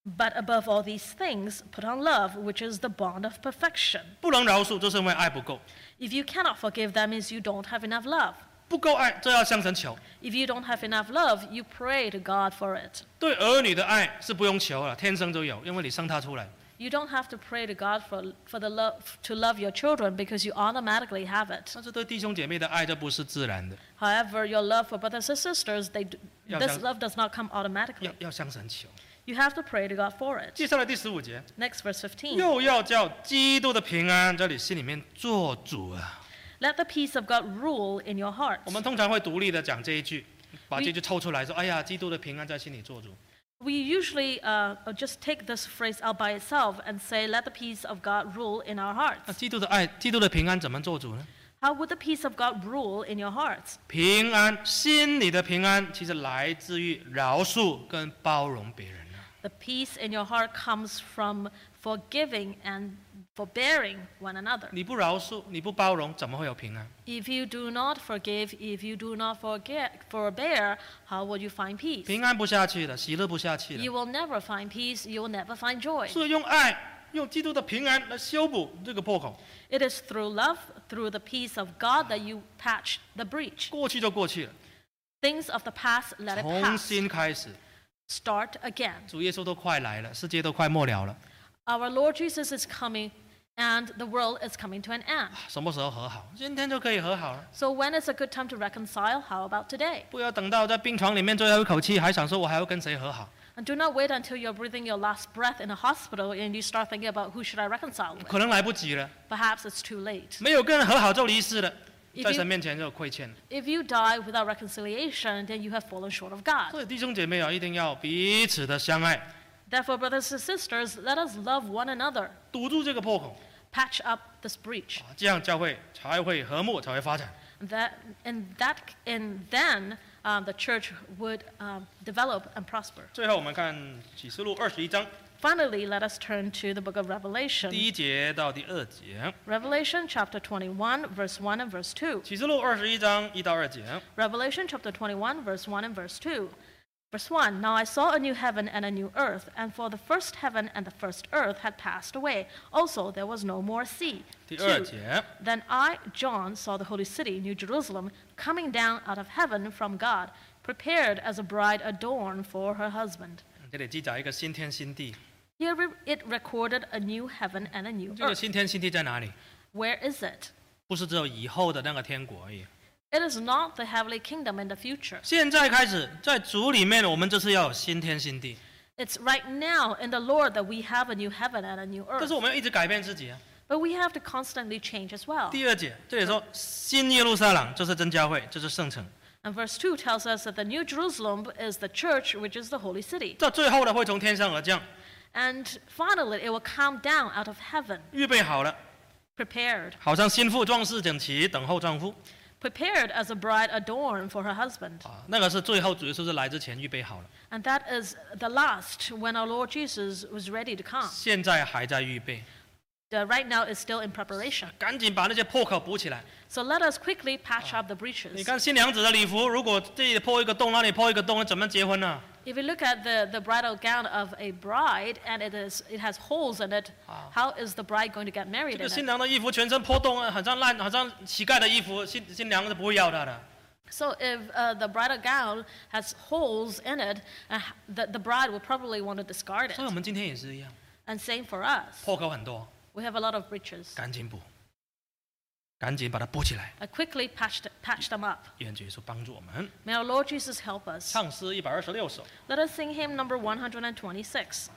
Speaker 2: But above all these things, put on love, which is the bond of perfection.
Speaker 1: 不能饶恕就是因为爱不够，
Speaker 2: If you cannot forgive, that means you don't have enough love.
Speaker 1: 不够爱，这要向神求。
Speaker 2: If you don't have enough love, you pray to God for it.
Speaker 1: 对儿女的爱是不用求了，天生就有，因为你生他出来。
Speaker 2: You don't have to pray to God for, for the love to love your children because you automatically have it.
Speaker 1: 但是对弟兄姐妹的爱，这不是自然的，
Speaker 2: However, your love for brothers and sisters, they do,
Speaker 1: Yeah,
Speaker 2: this
Speaker 1: yeah.
Speaker 2: love does not come
Speaker 1: 要
Speaker 2: automatically.
Speaker 1: 要向神求。
Speaker 2: You have to pray to God for it.
Speaker 1: 接下来第十五节，
Speaker 2: Next, verse 15.
Speaker 1: 又要叫基督的平安在你心里面做主啊！
Speaker 2: Let the peace of God rule in your
Speaker 1: 我
Speaker 2: hearts.
Speaker 1: 们通常会独立的讲这一句，把
Speaker 2: We-
Speaker 1: 这句抽出来说：“哎呀，基督的平安在心里做主。
Speaker 2: We usually uh, just take this phrase out by itself and say, Let the peace of God rule in
Speaker 1: 那
Speaker 2: our ” hearts.
Speaker 1: 基督的爱，基督的平安怎么做主呢？
Speaker 2: How would the peace of God rule in your hearts?
Speaker 1: 平安，心里的平安，其实来自于饶恕跟包容别人啊。
Speaker 2: The peace in your heart comes from forgiving and forbearing one another.
Speaker 1: 你不饶恕，你不包容，怎么会有平安？
Speaker 2: If you do not forgive, if you do not forget, forbear, how will you find peace?
Speaker 1: 平安不下去的，喜乐不下去的
Speaker 2: You。will never find peace, you will never find joy.
Speaker 1: 是用爱，用基督的平安来修补这个破口。
Speaker 2: It is through love, through the peace of God, that you patch the breach.
Speaker 1: 过去就过去了，
Speaker 2: Things of the past, let it
Speaker 1: 重
Speaker 2: pass.
Speaker 1: 新开始。
Speaker 2: Start again.
Speaker 1: 主耶稣都快来了，世界都快末了了，
Speaker 2: Our Lord Jesus is coming and the world is coming to an end.
Speaker 1: 什么时候和好？今天就可以和好了。
Speaker 2: So, when is a good time to reconcile? How about today?
Speaker 1: 不要等到在病床里面最后一口气，还想说我还要跟谁和好？
Speaker 2: And do not wait until you're breathing your last breath in a hospital and you start thinking about who should I reconcile with.
Speaker 1: 可能来不及了，
Speaker 2: Perhaps it's too late.
Speaker 1: 没有跟人和好就离世了。
Speaker 2: If
Speaker 1: 在神
Speaker 2: you,
Speaker 1: 面前就有亏欠。
Speaker 2: if you die without reconciliation, then you have fallen short of God.
Speaker 1: 所以弟兄姐妹啊，一定要彼此的相爱，
Speaker 2: Therefore, brothers and sisters, let us love one another,
Speaker 1: 堵住这个破口，
Speaker 2: patch up this breach,
Speaker 1: 啊这样教会才会和睦，才会发展。
Speaker 2: and that and that and then um, the church would um, develop and prosper.
Speaker 1: 最后我们看启示录二十一章
Speaker 2: Finally, let us turn to the book of Revelation.
Speaker 1: 第一节到第二节，
Speaker 2: Revelation chapter 21, verse 1 and verse 2.
Speaker 1: 启示录二十一章一到二节，
Speaker 2: Revelation chapter 21, verse 1 and verse 2. Verse 1 Now I saw a new heaven and a new earth, and for the first heaven and the first earth had passed away. Also, there was no more sea.
Speaker 1: 第二
Speaker 2: Two.
Speaker 1: 节，
Speaker 2: Then I, John, saw the holy city, New Jerusalem, coming down out of heaven from God, prepared as a bride adorned for her husband.
Speaker 1: 这里记载一个新天新地，
Speaker 2: Here re- it recorded a new heaven and a new
Speaker 1: 这个
Speaker 2: earth.
Speaker 1: 新天新地在哪里？
Speaker 2: Where is it?
Speaker 1: 不是只有以后的那个天国而已。
Speaker 2: It is not the heavenly kingdom in the future.
Speaker 1: 现在开始，在主里面，我们就是要有新天新地，
Speaker 2: It's right now in the Lord that we have a new heaven and a new
Speaker 1: 但
Speaker 2: earth.
Speaker 1: 是我们要一直改变自己啊。
Speaker 2: But we have to constantly change as well.
Speaker 1: 第二节，这里说新耶路撒冷就是真教会，这是圣城。
Speaker 2: And verse 2 tells us that the New Jerusalem is the church, which is the holy city.
Speaker 1: 这最后呢会从天上而降，
Speaker 2: And finally, it will come down out of heaven,
Speaker 1: 预备好了，
Speaker 2: prepared,
Speaker 1: 好像新妇壮士整齐，等候丈夫
Speaker 2: prepared as a bride adorned for her husband.
Speaker 1: 啊，那个是最后主耶稣是来之前预备好了，
Speaker 2: And that is the last when our Lord Jesus was ready to come.
Speaker 1: 现在还在预备，
Speaker 2: The right now is still in preparation.
Speaker 1: 赶紧把那些破口补起来。
Speaker 2: So let us quickly patch up the
Speaker 1: 你
Speaker 2: breaches.
Speaker 1: 看新娘子的礼服，如果这里破一个洞，那里破一个洞，怎么结婚呢、
Speaker 2: If you look at the, the bridal gown of a bride and it is it has holes in it, how is the bride going to get
Speaker 1: 这
Speaker 2: married
Speaker 1: 个
Speaker 2: in
Speaker 1: 新
Speaker 2: it?
Speaker 1: 娘的衣服全身破洞，好像烂，好像乞丐的衣服，新新娘是不会要她的。
Speaker 2: So if uh, the bridal gown has holes in it, uh, the, the bride will probably want to discard
Speaker 1: 所以我
Speaker 2: it.
Speaker 1: 们今天也是一样，
Speaker 2: And same for us.
Speaker 1: 破口很多，
Speaker 2: We have a lot of breaches.
Speaker 1: 赶紧补，赶紧把它补起来。
Speaker 2: I Uh, quickly patched, patched them up.
Speaker 1: 愿主耶稣帮助我们。
Speaker 2: May our Lord Jesus help us.
Speaker 1: 唱诗一百二十六首，
Speaker 2: Let us sing hymn number 126.